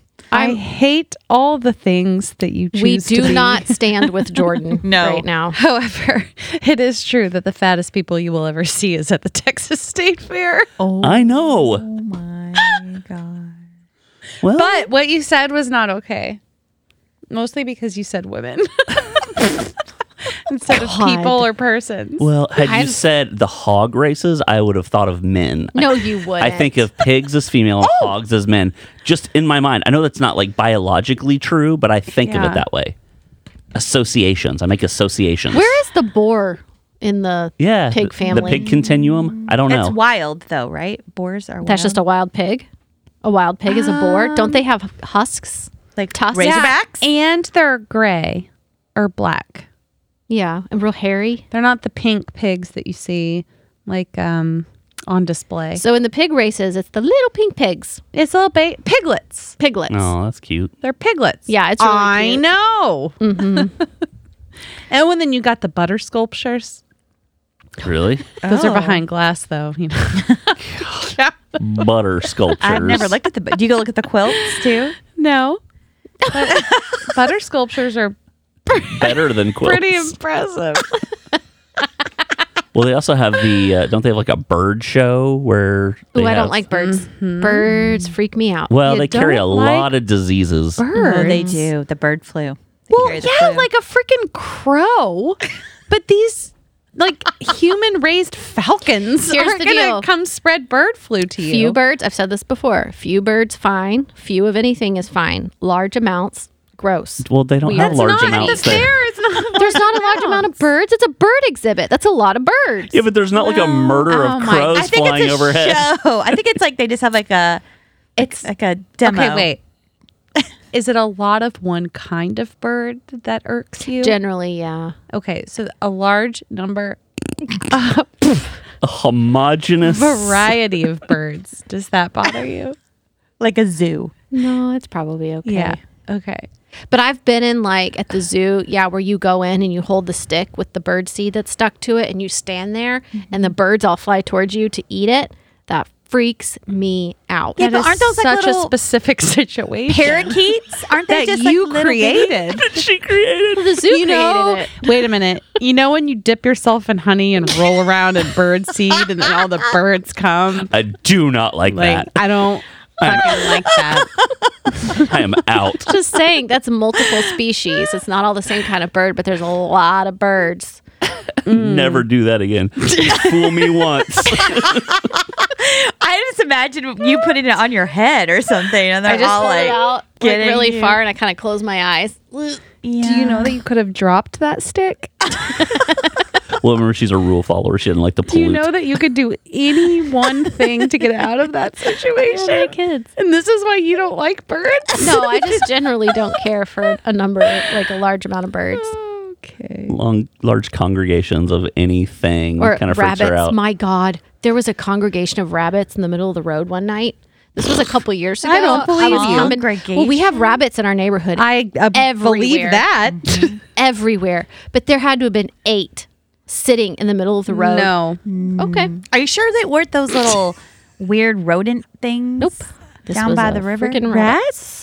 [SPEAKER 2] I hate all the things that you choose.
[SPEAKER 4] we
[SPEAKER 2] to
[SPEAKER 4] do
[SPEAKER 2] be.
[SPEAKER 4] not stand with Jordan
[SPEAKER 1] No.
[SPEAKER 4] right now.
[SPEAKER 2] However, it is true that the fattest people you will ever see is at the Texas State Fair.
[SPEAKER 3] I know.
[SPEAKER 1] Oh my god.
[SPEAKER 3] Well,
[SPEAKER 2] But what you said was not okay. Mostly because you said women instead of people
[SPEAKER 4] God.
[SPEAKER 2] or persons.
[SPEAKER 3] well, had you
[SPEAKER 4] I've-
[SPEAKER 3] said the hog races, I would have thought of men.
[SPEAKER 4] No, you wouldn't. Oh!
[SPEAKER 3] I think of pigs as female and hogs as men. Just in my mind, I know that's not like biologically true, but I think of
[SPEAKER 2] Yeah.
[SPEAKER 3] it that way. Associations. I make associations.
[SPEAKER 4] Where is the boar in the
[SPEAKER 3] yeah,
[SPEAKER 4] pig
[SPEAKER 3] th-
[SPEAKER 4] family?
[SPEAKER 3] The pig continuum. I don't
[SPEAKER 1] That's
[SPEAKER 3] know.
[SPEAKER 1] wild though, right? Boars are wild.
[SPEAKER 4] That's just a wild pig. A wild pig is a boar. Don't they have husks?
[SPEAKER 1] like
[SPEAKER 4] tusk.
[SPEAKER 1] razorbacks.
[SPEAKER 2] And they're gray or black.
[SPEAKER 4] Yeah, and real hairy.
[SPEAKER 2] They're not the pink pigs that you see like um, on display.
[SPEAKER 4] So in the pig races, it's the little pink pigs,
[SPEAKER 2] It's little ba- piglets.
[SPEAKER 4] piglets.
[SPEAKER 3] Oh, that's cute.
[SPEAKER 2] They're piglets.
[SPEAKER 4] Yeah, it's really
[SPEAKER 2] I
[SPEAKER 4] cute.
[SPEAKER 2] know. Oh, and when then you got the butter sculptures.
[SPEAKER 3] Really?
[SPEAKER 2] Those
[SPEAKER 1] Oh.
[SPEAKER 2] are behind glass, though. You know.
[SPEAKER 3] Butter sculptures.
[SPEAKER 1] Oh, I've never looked at the. Do you go look at the quilts too?
[SPEAKER 2] No. But butter sculptures are
[SPEAKER 3] better than quilts.
[SPEAKER 2] pretty impressive.
[SPEAKER 3] Well, they also have the uh, don't they have like a bird show where they
[SPEAKER 4] Ooh, I
[SPEAKER 3] have-
[SPEAKER 4] don't like birds. Birds freak me out.
[SPEAKER 3] Well,
[SPEAKER 2] You
[SPEAKER 3] they carry a
[SPEAKER 2] don't like
[SPEAKER 3] lot of diseases.
[SPEAKER 4] birds.
[SPEAKER 1] Oh, they do. The bird flu. They
[SPEAKER 2] Well,
[SPEAKER 1] carry the
[SPEAKER 2] yeah,
[SPEAKER 1] flu.
[SPEAKER 2] like a freaking crow. But these like human raised falcons
[SPEAKER 4] Here's
[SPEAKER 2] are
[SPEAKER 4] the
[SPEAKER 2] gonna
[SPEAKER 4] deal.
[SPEAKER 2] come spread bird flu to you.
[SPEAKER 4] Few birds, I've said this before. Few birds fine. Few of anything is fine. Large amounts, gross.
[SPEAKER 3] Well, they don't have
[SPEAKER 4] That's
[SPEAKER 3] large
[SPEAKER 4] not at
[SPEAKER 3] amounts
[SPEAKER 4] the
[SPEAKER 3] there.
[SPEAKER 2] Fair is not
[SPEAKER 4] There's not a large amount of birds. It's a bird exhibit. That's a lot of birds.
[SPEAKER 3] Yeah, but there's not like a murder
[SPEAKER 2] Oh
[SPEAKER 3] of
[SPEAKER 2] my-
[SPEAKER 3] crows
[SPEAKER 1] I think
[SPEAKER 3] flying
[SPEAKER 1] it's a
[SPEAKER 3] overhead.
[SPEAKER 1] show. I think it's like they just have like a. It's like a demo.
[SPEAKER 2] Okay, wait. is it a lot of one kind of bird that irks you?
[SPEAKER 4] Generally, yeah.
[SPEAKER 2] okay, so a large number
[SPEAKER 3] A homogenous
[SPEAKER 2] variety of birds. Does that bother you?
[SPEAKER 1] like a zoo.
[SPEAKER 4] No, it's probably okay.
[SPEAKER 2] Okay.
[SPEAKER 4] But I've been in like at the zoo, yeah, where you go in and you hold the stick with the bird seed that's stuck to it and you stand there and the birds all fly towards you to eat it. That freaks me out.
[SPEAKER 1] Yeah,
[SPEAKER 2] That
[SPEAKER 1] but
[SPEAKER 2] is
[SPEAKER 1] aren't those, like,
[SPEAKER 2] such
[SPEAKER 1] little
[SPEAKER 2] a specific situation
[SPEAKER 1] Parakeets aren't they
[SPEAKER 2] that
[SPEAKER 1] just
[SPEAKER 2] you
[SPEAKER 1] like little baby-
[SPEAKER 2] created?
[SPEAKER 3] she created.
[SPEAKER 4] the zoo
[SPEAKER 2] you know, wait a minute. You know when you dip yourself in honey and roll around in bird seed, and then all the birds come.
[SPEAKER 3] I do not like,
[SPEAKER 2] Like
[SPEAKER 3] that.
[SPEAKER 2] I don't fucking like that.
[SPEAKER 3] I am out.
[SPEAKER 4] Just saying, that's multiple species. It's not all the same kind of bird, but there's a lot of birds.
[SPEAKER 3] Never do that again. You fool me once.
[SPEAKER 1] I just imagine you putting it on your head or something, and they're
[SPEAKER 4] I just
[SPEAKER 1] all
[SPEAKER 4] pull
[SPEAKER 1] like,
[SPEAKER 4] it out like
[SPEAKER 1] getting
[SPEAKER 4] really
[SPEAKER 1] you.
[SPEAKER 4] far and I kind of close my eyes.
[SPEAKER 2] Do you know that you could have dropped that stick?
[SPEAKER 3] Well, remember she's a rule follower. She didn't like to
[SPEAKER 2] Do
[SPEAKER 3] pollute.
[SPEAKER 2] you know that you could do any one thing to get out of that situation? kids. And this is why you don't like birds?
[SPEAKER 4] No, I just generally don't care for a number, like a large amount of birds.
[SPEAKER 2] Mm. Okay.
[SPEAKER 3] Long, large congregations of anything
[SPEAKER 4] or
[SPEAKER 3] kind of freaks her
[SPEAKER 4] rabbits.
[SPEAKER 3] out.
[SPEAKER 4] My God, there was a congregation of rabbits in the middle of the road one night. This was a couple years ago.
[SPEAKER 2] I don't believe
[SPEAKER 4] was
[SPEAKER 2] you.
[SPEAKER 4] coming- Well, we have rabbits in our neighborhood
[SPEAKER 2] I uh, believe
[SPEAKER 4] Everywhere. Mm-hmm.
[SPEAKER 2] that.
[SPEAKER 4] everywhere, but there had to have been eight sitting in the middle of the road.
[SPEAKER 2] No. Mm.
[SPEAKER 4] Okay.
[SPEAKER 1] Are you sure they weren't those little weird rodent things?
[SPEAKER 4] Nope. This
[SPEAKER 1] Down
[SPEAKER 4] was
[SPEAKER 1] by
[SPEAKER 4] a
[SPEAKER 1] the river?
[SPEAKER 4] freaking rabbit.
[SPEAKER 1] Rats?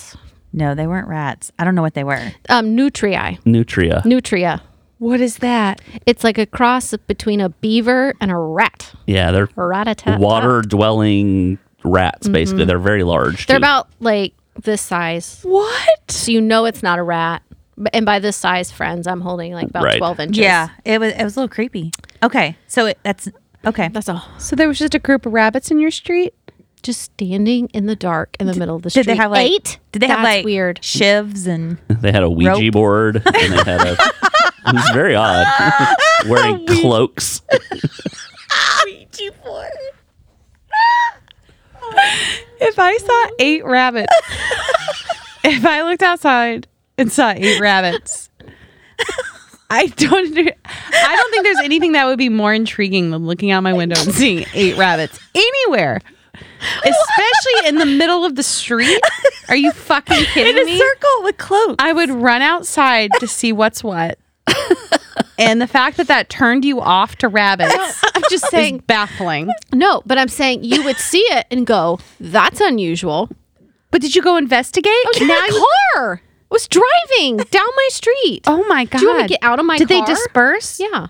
[SPEAKER 1] No, they weren't rats. I don't know what they were.
[SPEAKER 4] Um, nutria.
[SPEAKER 3] Nutria.
[SPEAKER 4] Nutria.
[SPEAKER 2] What is that?
[SPEAKER 4] It's like a cross between a beaver and a rat.
[SPEAKER 3] yeah, they're
[SPEAKER 4] Rat a tat.
[SPEAKER 3] water dwelling rats. Basically, they're very large.
[SPEAKER 4] They're
[SPEAKER 3] too.
[SPEAKER 4] about like this size,
[SPEAKER 2] What?
[SPEAKER 4] so you know it's not a rat. B- And by this size, friends, I'm holding like about
[SPEAKER 3] Right.
[SPEAKER 4] twelve inches.
[SPEAKER 1] Yeah, it was it was a little creepy. Okay, so it, that's okay.
[SPEAKER 4] That's a
[SPEAKER 2] So there was just a group of rabbits in your street?
[SPEAKER 4] just standing in the dark in the middle of the street.
[SPEAKER 1] Did they have like
[SPEAKER 4] eight?
[SPEAKER 1] Did they have
[SPEAKER 4] That's
[SPEAKER 1] like
[SPEAKER 4] weird?
[SPEAKER 1] shivs and
[SPEAKER 3] They had a Ouija
[SPEAKER 1] Rope.
[SPEAKER 3] board and they had a. it was very odd. Wearing cloaks.
[SPEAKER 2] If I saw eight rabbits, if I looked outside and saw eight rabbits, I don't. under- I don't think there's anything that would be more intriguing than looking out my window and seeing eight rabbits anywhere, especially in the middle of the street. Are you fucking
[SPEAKER 1] in
[SPEAKER 2] kidding
[SPEAKER 1] a
[SPEAKER 2] me?
[SPEAKER 1] circle with cloaks.
[SPEAKER 2] I would run outside to see what's what. And the fact that that turned you off to rabbits
[SPEAKER 4] I'm just
[SPEAKER 2] is
[SPEAKER 4] saying
[SPEAKER 2] baffling.
[SPEAKER 4] no, but I'm saying you would see it and go, "That's unusual."
[SPEAKER 2] But did you go investigate?
[SPEAKER 4] I was in my car. I was driving down my street.
[SPEAKER 2] Oh my god!
[SPEAKER 4] Do you want me to get out of my
[SPEAKER 2] Did
[SPEAKER 4] car?
[SPEAKER 2] they disperse?
[SPEAKER 4] Yeah,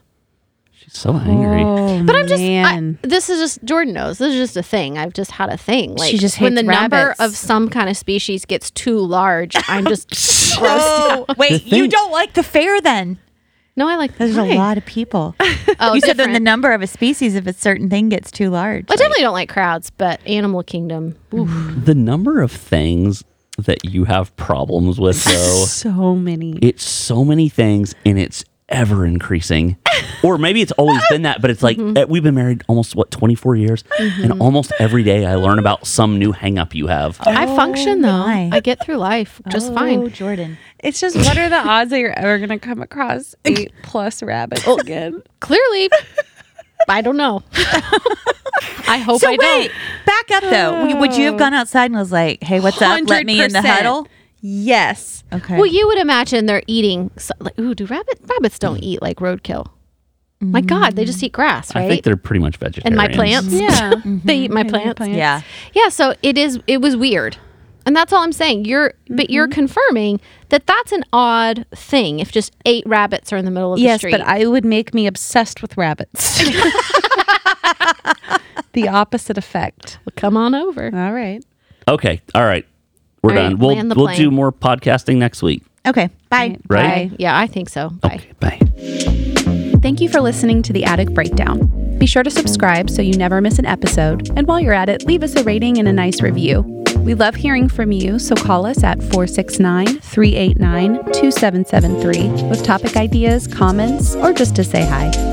[SPEAKER 3] She's so angry.
[SPEAKER 2] Oh,
[SPEAKER 4] but I'm just. I, this is just Jordan knows. This is just a thing. I've just had a thing. Like
[SPEAKER 2] just
[SPEAKER 4] when the
[SPEAKER 2] hates
[SPEAKER 4] number
[SPEAKER 2] rabbits.
[SPEAKER 4] of some kind of species gets too large, I'm just.
[SPEAKER 1] Oh, wait,
[SPEAKER 3] The
[SPEAKER 1] you
[SPEAKER 3] thing-
[SPEAKER 1] don't like the fair then?
[SPEAKER 4] no, I like.
[SPEAKER 1] There's
[SPEAKER 4] Why?
[SPEAKER 1] a lot of people.
[SPEAKER 4] Oh,
[SPEAKER 1] you said then
[SPEAKER 4] different.
[SPEAKER 1] the number of a species if a certain thing gets too large.
[SPEAKER 4] I definitely don't like crowds, but Animal Kingdom. oof.
[SPEAKER 3] The number of things that you have problems with, though,
[SPEAKER 2] so many.
[SPEAKER 3] it's so many things and it's ever increasing. or maybe it's always been that, but it's like
[SPEAKER 4] Mm-hmm.
[SPEAKER 3] eh, we've been married almost, what, 24 years? And almost every day I learn about some new hang up you have.
[SPEAKER 4] I function though.
[SPEAKER 1] my.
[SPEAKER 4] I get through life just
[SPEAKER 1] Oh,
[SPEAKER 4] fine.
[SPEAKER 1] Jordan.
[SPEAKER 2] It's just what are the odds that you're ever going to come across eight plus rabbits again?
[SPEAKER 4] Clearly, I don't know. I hope
[SPEAKER 1] So
[SPEAKER 4] I
[SPEAKER 1] wait,
[SPEAKER 4] don't.
[SPEAKER 1] back up though. Would you- Would you have gone outside and was like, "Hey, what's up? Let me in the
[SPEAKER 2] 100%.
[SPEAKER 1] huddle."
[SPEAKER 2] Yes.
[SPEAKER 1] Okay.
[SPEAKER 4] Well, you would imagine they're eating. So, like, ooh, do rabbit rabbits don't eat like roadkill? My God, they
[SPEAKER 1] Mm.
[SPEAKER 4] just eat grass,
[SPEAKER 3] I
[SPEAKER 4] right?
[SPEAKER 3] think they're pretty much vegetarians.
[SPEAKER 4] and my plants.
[SPEAKER 2] Yeah.
[SPEAKER 4] they eat
[SPEAKER 1] Mm-hmm.
[SPEAKER 4] my plants.
[SPEAKER 2] plants.
[SPEAKER 1] yeah.
[SPEAKER 4] Yeah, so it is. It was weird, and that's all I'm saying. You're, but you're confirming that that's an odd thing. If just eight rabbits are in the middle of the
[SPEAKER 2] Yes,
[SPEAKER 4] street,
[SPEAKER 2] but I would make me obsessed with rabbits. the opposite effect.
[SPEAKER 4] Well, come on over.
[SPEAKER 2] All right.
[SPEAKER 3] Okay. All right. We're
[SPEAKER 4] All right,
[SPEAKER 3] done. We'll,
[SPEAKER 4] land the
[SPEAKER 3] we'll do
[SPEAKER 4] plane.
[SPEAKER 3] more podcasting next week,
[SPEAKER 1] Okay. Bye.
[SPEAKER 3] right?
[SPEAKER 4] Bye. Yeah, I think so. Bye.
[SPEAKER 3] Okay. Bye.
[SPEAKER 2] Thank you for listening to the Attic Breakdown. Be sure to subscribe so you never miss an episode. And while you're at it, leave us a rating and a nice review. We love hearing from you, so call us at 469 389 2773 with topic ideas, comments, or just to say hi.